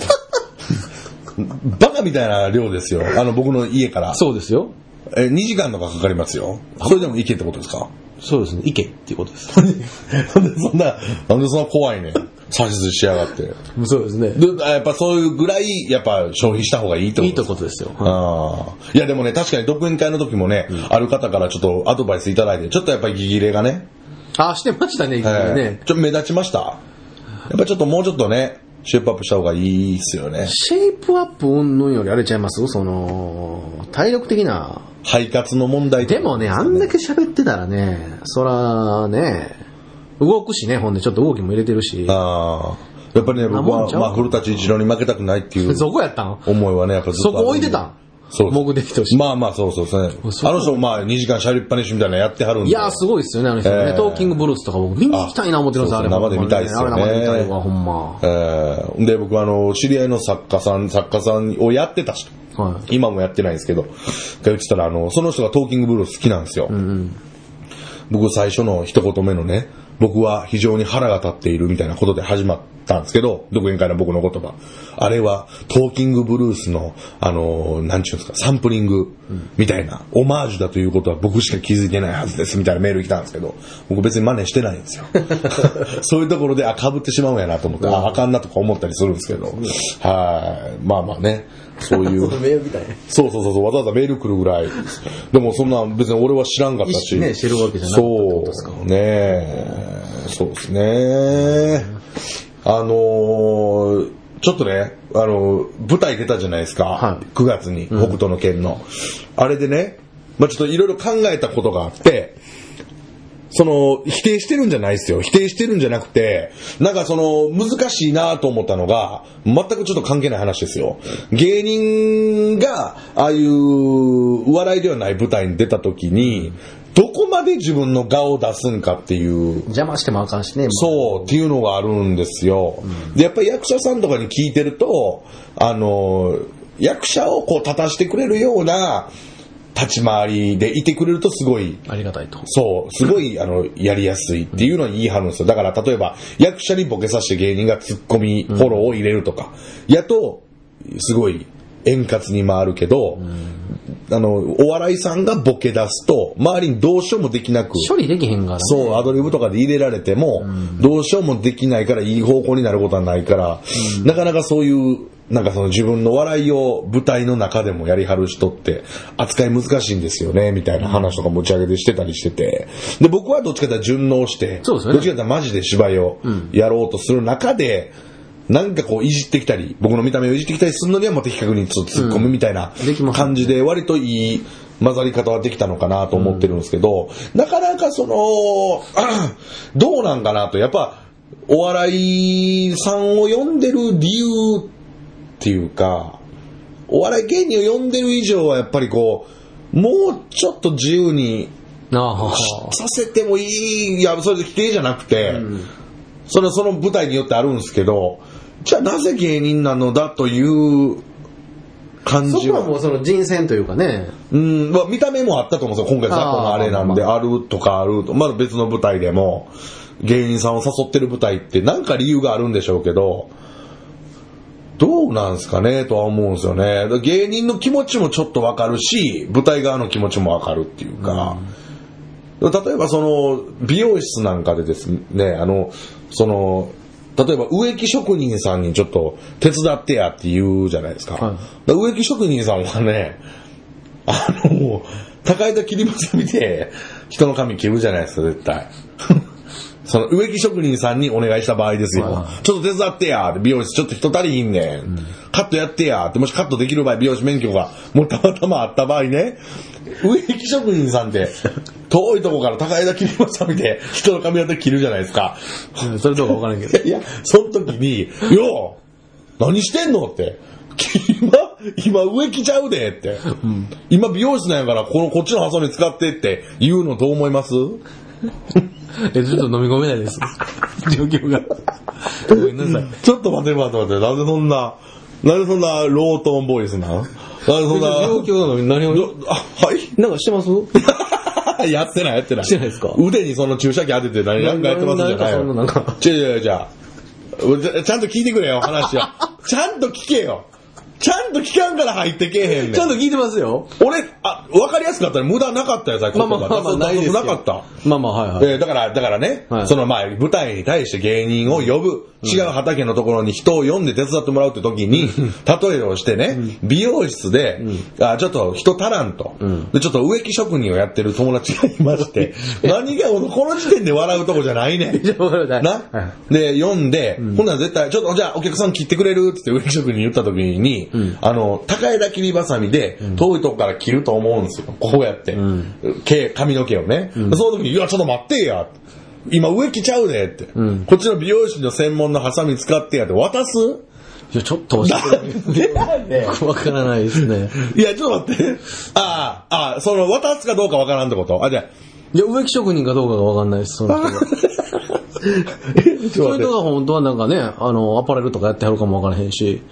S3: バカみたいな量ですよ。あの、僕の家から。
S4: そうですよ。
S3: え、2時間とかかかりますよ。それでも行けってことですか
S4: そうですね。行けっていうことです。
S3: なんでそんな、なんでそんな怖いねん。算出しやがって。で
S4: そうですね。
S3: やっぱそういうぐらい、やっぱ消費した方がいいってこと
S4: い
S3: で
S4: い
S3: す
S4: とことですよ。
S3: ああ。いやでもね、確かに独演会の時もね、ある方からちょっとアドバイスいただいて、ちょっとやっぱりギギレがね、
S4: あ、してましたね、いきなり
S3: え
S4: ね
S3: ー。ちょっと目立ちました。やっぱちょっともうちょっとね、シェイプアップした方がいいっすよね。
S4: シェイプアップ云々よりあれちゃいますその、体力的な。
S3: 肺活の問題と
S4: で
S3: か
S4: もね、あんだけ喋ってたらね、そらね、動くしね、ほんでちょっと動きも入れてるし。
S3: ああ。やっぱりね、僕
S4: なもん
S3: は、
S4: ちゃう
S3: まあ、古舘一郎に負けたくないっていう
S4: そこやったん
S3: 思いはね、やっぱずっと
S4: そこ置いてたん
S3: そうです
S4: 目的として。
S3: まあまあ、そうそうです
S4: そ
S3: ね。
S4: う
S3: あの人、まあ、2時間しゃべりっぱなしみたいなのやってはるんで。
S4: いやー、すごいっすよね、あの人ね、
S3: えー
S4: トーキングブルースとか僕見に行きたいな思ってるんですよ、
S3: あ
S4: あれ。
S3: そうそう生で見たいっすよね
S4: あれ生で見たいわ、ほんま。
S3: えーで、僕はあの、知り合いの作家さん、作家さんをやってた人。
S4: はい。
S3: 今もやってないんですけど、が言ってたら、あの、その人がトーキングブルース好きなんですよ。僕最初の一言目のね、僕は非常に腹が立っているみたいなことで始まったんですけど、独演会の僕の言葉。あれは、トーキングブルースの、あの、なんちゅうんですか、サンプリングみたいな、オマージュだということは僕しか気づいてないはずですみたいなメール来たんですけど、僕別に真似してないん ですよ。そういうところで、あ、被ってしまうんやなと思って、あ、あかんなとか思ったりするんですけど、はい。まあまあね、そう いう。そうそうそうそう、わざわざメール来るぐらい。でもそんなん別に俺は知らんかったし。
S4: 一ね知るわけじゃなかったってことですか
S3: そう。ねえ。そうですね。あのーちょっとね、あのー舞台出たじゃないですか。
S4: はい
S3: 9月に、北斗の拳の。あれでね、まあちょっといろいろ考えたことがあって、その、否定してるんじゃないですよ。否定してるんじゃなくて、なんかその、難しいなと思ったのが、全くちょっと関係ない話ですよ。芸人が、ああいう、笑いではない舞台に出た時に、どこまで自分の顔を出すんかっていう、
S4: 邪魔してもあかんしね、
S3: そうっていうのがあるんですよ。で、やっぱり役者さんとかに聞いてると、あの、役者をこう立たしてくれるような立ち回りでいてくれるとすごい、
S4: う。ありがたいと。
S3: そう、すごい、あの、やりやすいっていうのに言い張るんですよ。だから、例えば、役者にボケさせて芸人がツッコミ、フォローを入れるとか、やと、すごい、円滑に回るけど、あの、お笑いさんがボケ出すと、周りにどうしようもできなく、
S4: 処理できへんからね。
S3: そう、アドリブとかで入れられても、どうしようもできないから、いい方向になることはないから、なかなかそういう、なんかその自分の笑いを舞台の中でもやりはる人って、扱い難しいんですよね、みたいな話とか持ち上げてしてたりしてて。で、僕はどっちかというと順応して、
S4: そうですよ
S3: ど
S4: ね
S3: っちかというとマジで芝居をやろうとする中で、なんかこういじってきたり、僕の見た目をいじってきたりするのにはもう的確に突っ込むみたいな
S4: うんできます
S3: 感じで、割といい混ざり方はできたのかなと思ってるんですけど、なかなかその、 どうなんかなと、やっぱ、お笑いさんを呼んでる理由っていうか、お笑い芸人を呼んでる以上はやっぱりこう、もうちょっと自由に
S4: あ あ。
S3: させてもいい、いや、それで否定じゃなくて、そのその舞台によってあるんですけど、じゃあなぜ芸人なのだという感
S4: そ
S3: じ
S4: こはも
S3: は、
S4: うその人選というかね、
S3: うん、まあ、見た目もあったと思うんですよ。今回
S4: あー
S3: 昨今のあれなんで、
S4: ま
S3: あるとかあると、まだ別の舞台でも、芸人さんを誘ってる舞台ってなんか理由があるんでしょうけど、どうなんすかねとは思うんですよね。だから芸人の気持ちもちょっとわかるし、舞台側の気持ちもわかるっていうか、例えばその美容室なんかでですねあのその例えば植木職人さんにちょっと手伝ってやって言うじゃないですか,、
S4: は
S3: だ
S4: い
S3: から植木職人さんはねあのもう高枝切りばさみで人の髪切るじゃないですか絶対その植木職人さんにお願いした場合ですよ
S4: は。
S3: ちょっと手伝ってやって美容室ちょっと人足りひんねん。カットやってやってもしカットできる場合、美容師免許がもうたまたまあった場合ね、植木職人さんって遠いとこから高枝切りましたみて人の髪型切るじゃないですか。
S4: それどうかわからんけど。
S3: いや、その時に、よう何してんのって。今、今植木ちゃうでって。今美容室なんやから、このこっちのハサミ使ってって言うのどう思います
S4: え、ずっと飲み込めないです。状況が。ごめんなさい。
S3: ちょっと待て待て待て、なぜそんな、なぜそんなロートーンボイスなんなぜそん な、
S4: 状況なのに何を。
S3: どあ、はい
S4: なんかしてます
S3: やってないや ってない。
S4: してないですか
S3: 腕にその注射器当てて何なんかやってますじゃない
S4: ななんかそんなな
S3: よ。
S4: んか
S3: 違う違う違う違う。ちゃんと聞いてくれよ、話を。 ちゃんと聞けよ。ちゃんと聞かんから入ってけえへんねん。
S4: ちゃんと聞いてますよ。
S3: 俺、あ、わかりやすかったら無駄なかったよ、さっき
S4: まあ
S3: 言
S4: まあまあまあ、ないですよ
S3: なかった。
S4: まあまあ、はいはい。
S3: えーだから、だからね、
S4: はい
S3: そのまあ、舞台に対して芸人を呼ぶ。違う畑のところに人を呼んで手伝ってもらうって時に、例えをしてね、美容室で、あちょっと人足らんと、で、ちょっと植木職人をやってる友達がいま して、何が、この時点で笑うとこじゃないねん。な、で、読んで、ほんなら絶対、ちょっと、じゃあお客さん切ってくれるって言って、植木職人に言った時に、あの、高枝切りばさみで、遠いとこから切ると思うんですよ。こうやって。毛、髪の毛をね。その時に、いや、ちょっと待ってや。今植木ちゃうでって、こっちの美容師の専門のハサミ使ってやって渡す
S4: いや、ちょっと教え て。わからないですね。
S3: いや、ちょっと待って。ああ、ああ、その、渡すかどうかわからんってことあ、じゃあ、
S4: いや、植木職人かどうかがわかんないです、その人がそういう人が本当はなんかね、あの、アパレルとかやってはるかもわからへんし、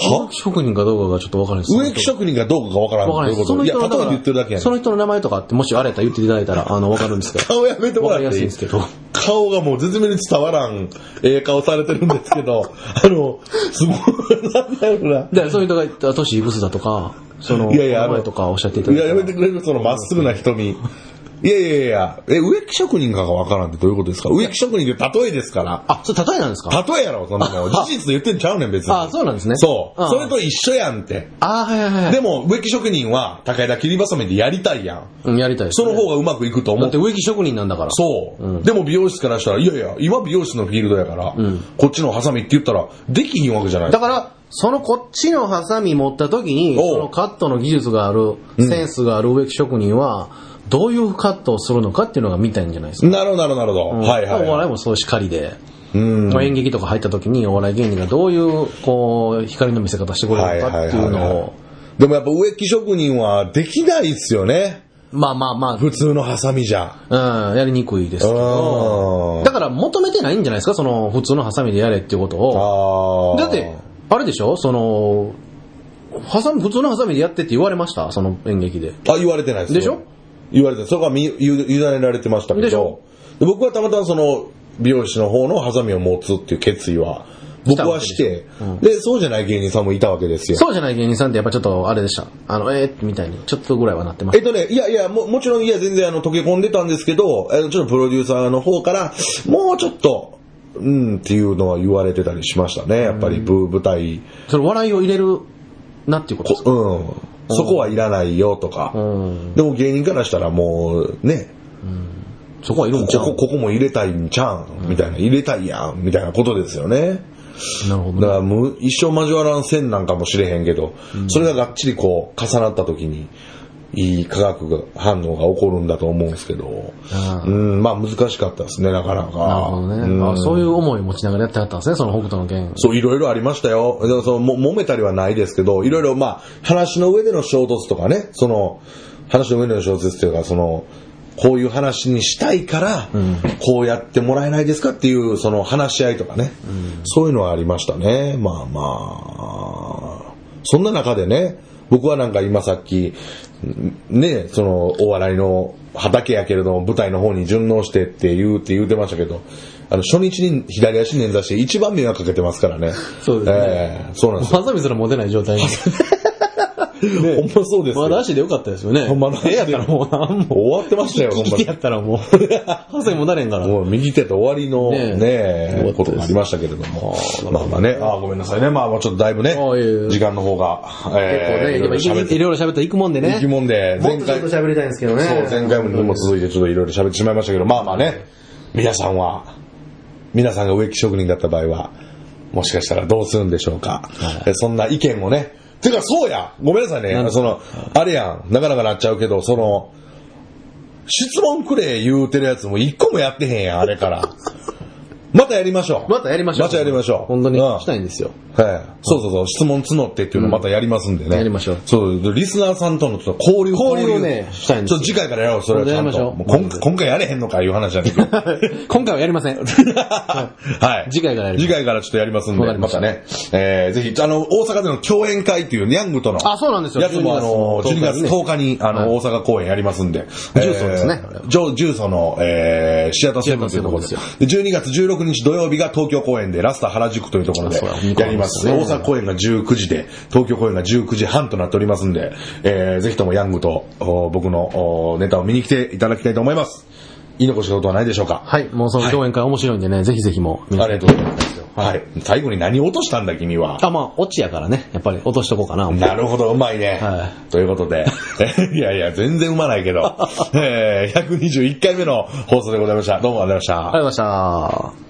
S4: 植木職人かどうかがちょっとわからへんです。
S3: 植木職人がどうかがわからん
S4: わから
S3: と
S4: へ
S3: いう
S4: んで
S3: こ
S4: す。そ
S3: と。
S4: の
S3: いや、
S4: 人
S3: 例え
S4: はだか
S3: て
S4: ら
S3: 言ってるだけやね
S4: その人の名前とかって、もしあれやったら言っていただいたら、あの、わかるんですけど。
S3: 顔やめても
S4: わ
S3: ら
S4: か
S3: っ
S4: りや
S3: てい
S4: す
S3: い
S4: いんですけど。
S3: 顔がもう絶妙に伝わらん、ええ顔されてるんですけ ど、あの、すごい、なんだろうな。
S4: だからそういう人が言ったら、年いくつだとか、その、
S3: いやいや、あ
S4: 名前
S3: の、
S4: とかおっしゃっていただい
S3: や、
S4: た
S3: や
S4: ら
S3: めてくれる、そのまっすぐな瞳。いやいやいや、え、植木職人かがわからんってどういうことですか植木職人って例えですから。
S4: あ、それ例えなんですか
S3: 例えやろ、そんなの。事実で言ってんちゃうねん、別に。
S4: あ、そうなんですね。
S3: そう。
S4: あ
S3: それと一緒やんって。
S4: あ、はいはいはい。
S3: でも、植木職人は、高枝切りばさみでやりたいやん。
S4: うん、やりたいです
S3: そ
S4: ね、
S3: の方がうまくいくと思
S4: だ
S3: っ
S4: って
S3: て。
S4: 植木職人なんだから。
S3: そう、
S4: うん
S3: でも美容室からしたら、いやいや、今美容室のフィールドやから、
S4: ん
S3: こっちのハサミって言ったら、できひんわけじゃない
S4: だから、そのこっちのハサミ持った時に、
S3: おう
S4: そのカットの技術がある、センスがある植木職人は、どういうカットをするのかっていうのが見たいんじゃないですか。
S3: なるほど、なるほど、なるほど。はいはい、
S4: お
S3: は
S4: 笑
S3: い。
S4: いもそうしかりで、
S3: うん。
S4: まあ演劇とか入った時にお笑い芸人がどういう、こう、光の見せ方してくれるのかってい
S3: はいは
S4: う
S3: いはい
S4: の
S3: は
S4: を、
S3: でもやっぱ植木職人はできないっすよね。
S4: まあまあま
S3: 普通のハサミじゃ。
S4: あ、うん、やりにくいです
S3: う
S4: けど、
S3: ん。
S4: だから求めてないんじゃないですか、その普通のハサミでやれっていうことを。
S3: あー
S4: だって、あれでしょその、ハサミ、普通のハサミでやってって言われましたその演劇で。
S3: あ、言われてないですよ
S4: でしょ
S3: 言われてないそれがみゆ委ねられてましたけど。
S4: でしょ
S3: で僕はたまたまその、美容師の方のハサミを持つっていう決意は、僕はして、でそうじゃない芸人さんもいたわけですよ。
S4: そうじゃない芸人さんってやっぱちょっとあれでした。あの、えー、みたいに、ちょっとぐらいはなってま
S3: え
S4: し
S3: っとね、いやいや、ももちろん、いや、全然あの、溶け込んでたんですけど、あのちょっとプロデューサーの方から、もうちょっと、うんっていうのは言われてたりしましたね。やっぱり、ぶ舞台、
S4: た。その笑いを入れるなっていうことですか
S3: うん、そこはいらないよとか、
S4: うん。
S3: でも芸人からしたらもう、ね、
S4: そこはいるんちゃ
S3: こ
S4: う
S3: こ、ここも入れたいんちゃうんみたいな、入れたいやんみたいなことですよね。
S4: なるほ
S3: だ
S4: どね。
S3: からむ一生交わらん線なんかもしれへんけど、それががっちりこう重なった時に、いい化学が反応が起こるんだと思うんですけど、
S4: あ
S3: う
S4: ー
S3: ん、まあ難しかったですね、なかなか。
S4: なるほどね。
S3: うん
S4: あそういう思いを持ちながらやってはったんですね、その北斗の剣。
S3: そう、いろいろありましたよ。でもそのも揉めたりはないですけど、いろいろまあ、話の上での衝突とかね、その、話の上での衝突というか、その、こういう話にしたいから、こうやってもらえないですかっていう、その話し合いとかね、そういうのはありましたね。まあまあ、そんな中でね、僕はなんか今さっき、んね、その、お笑いの畑やけれども、舞台の方に順応してって言うって言うてましたけど、あの、初日に左足捻挫して一番迷惑かけてますからね。
S4: そうですね
S3: ええそうなんですよ。
S4: ハサミすら持てない状態に。
S3: ほんまそうです
S4: まだ
S3: よ。
S4: 足でよかったですよね。
S3: ほんまの足
S4: 手やったらもう、なんも。
S3: 終わってましたよ、ほん
S4: 利
S3: ま
S4: き手
S3: に
S4: や。ったらもう、ハサミ持たれへんから。
S3: もう右手と終わりの
S4: ねえ
S3: ねえ、ことがありましたけれども。まあまあね、ああごめんなさいね。まあまあちょっとだいぶね
S4: ああいえいえ、
S3: 時間の方が、ええ、いろいろ
S4: 結構ね、
S3: 喋って
S4: いろいろ喋ったら行くもんでね。
S3: いきもんで、
S4: もっとちょっと喋りたいんですけどね。
S3: そう、前回も続いてちょっといろいろ喋ってしまいましたけど、まあまあね、皆さんは、皆さんが植木職人だった場合は、もしかしたらどうするんでしょうか。でそんな意見をね、てかそうやごめんなさいね、その、あれやん、なかなかなっちゃうけど、その、質問くれ言うてるやつも一個もやってへんやん、あれ から。またやりましょう。
S4: またやりましょう。
S3: またやりましょう。
S4: 本当に
S3: うん
S4: したいんですよ。
S3: はい。そうそうそう、質問募ってっていうのまたやりますんでね。
S4: やりましょう
S3: そう、でリスナーさんとのちょっと交流
S4: 交流をねしたいんです
S3: ちょ
S4: よ
S3: っと次回からやろう、それはちゃんと。
S4: それでやり
S3: も
S4: ま
S3: う
S4: しょう
S3: 今回今回やれへんのかいう話じゃねえけど
S4: 今回はやり ません。
S3: はい。
S4: 次回からやります
S3: 次回からちょっとやりますんで、
S4: わかり
S3: ま
S4: ましたた
S3: ね。えー、ぜひ、あの、大阪での共演会っていう、ヤングとの。
S4: あそうなんですよ
S3: やつもあの、12
S4: 12
S3: 月
S4: 月
S3: 10日に、あの、大阪公演やりますんで。
S4: 重曹ですね
S3: えージョ重曹の、えー、シアターセブンというところで
S4: シアター。
S3: で、12月16日土曜日が東京公演で、ラスタ原宿というところで
S4: あそうだ
S3: やります。
S4: そう
S3: 大
S4: だ
S3: 阪公演が19時で、東京公演が19時半となっておりますんで、えー、ぜひともヤングと、お僕のおネタを見に来ていただきたいと思います。言い残したことはないでしょうか
S4: はい、もうその共演会面白いんでね、ぜひぜひもう
S3: あ
S4: 皆
S3: り
S4: さん。
S3: がとうございます。はい。最後に何落としたんだ、君は。
S4: あ、まあ、オチやからね、やっぱり落としとこうかな。
S3: なるほど、うまいね。
S4: は
S3: ということで、 いやいや、全然うまないけど、えー121回目の放送でございました。どうもありがとうございました。
S4: ありがとうございました。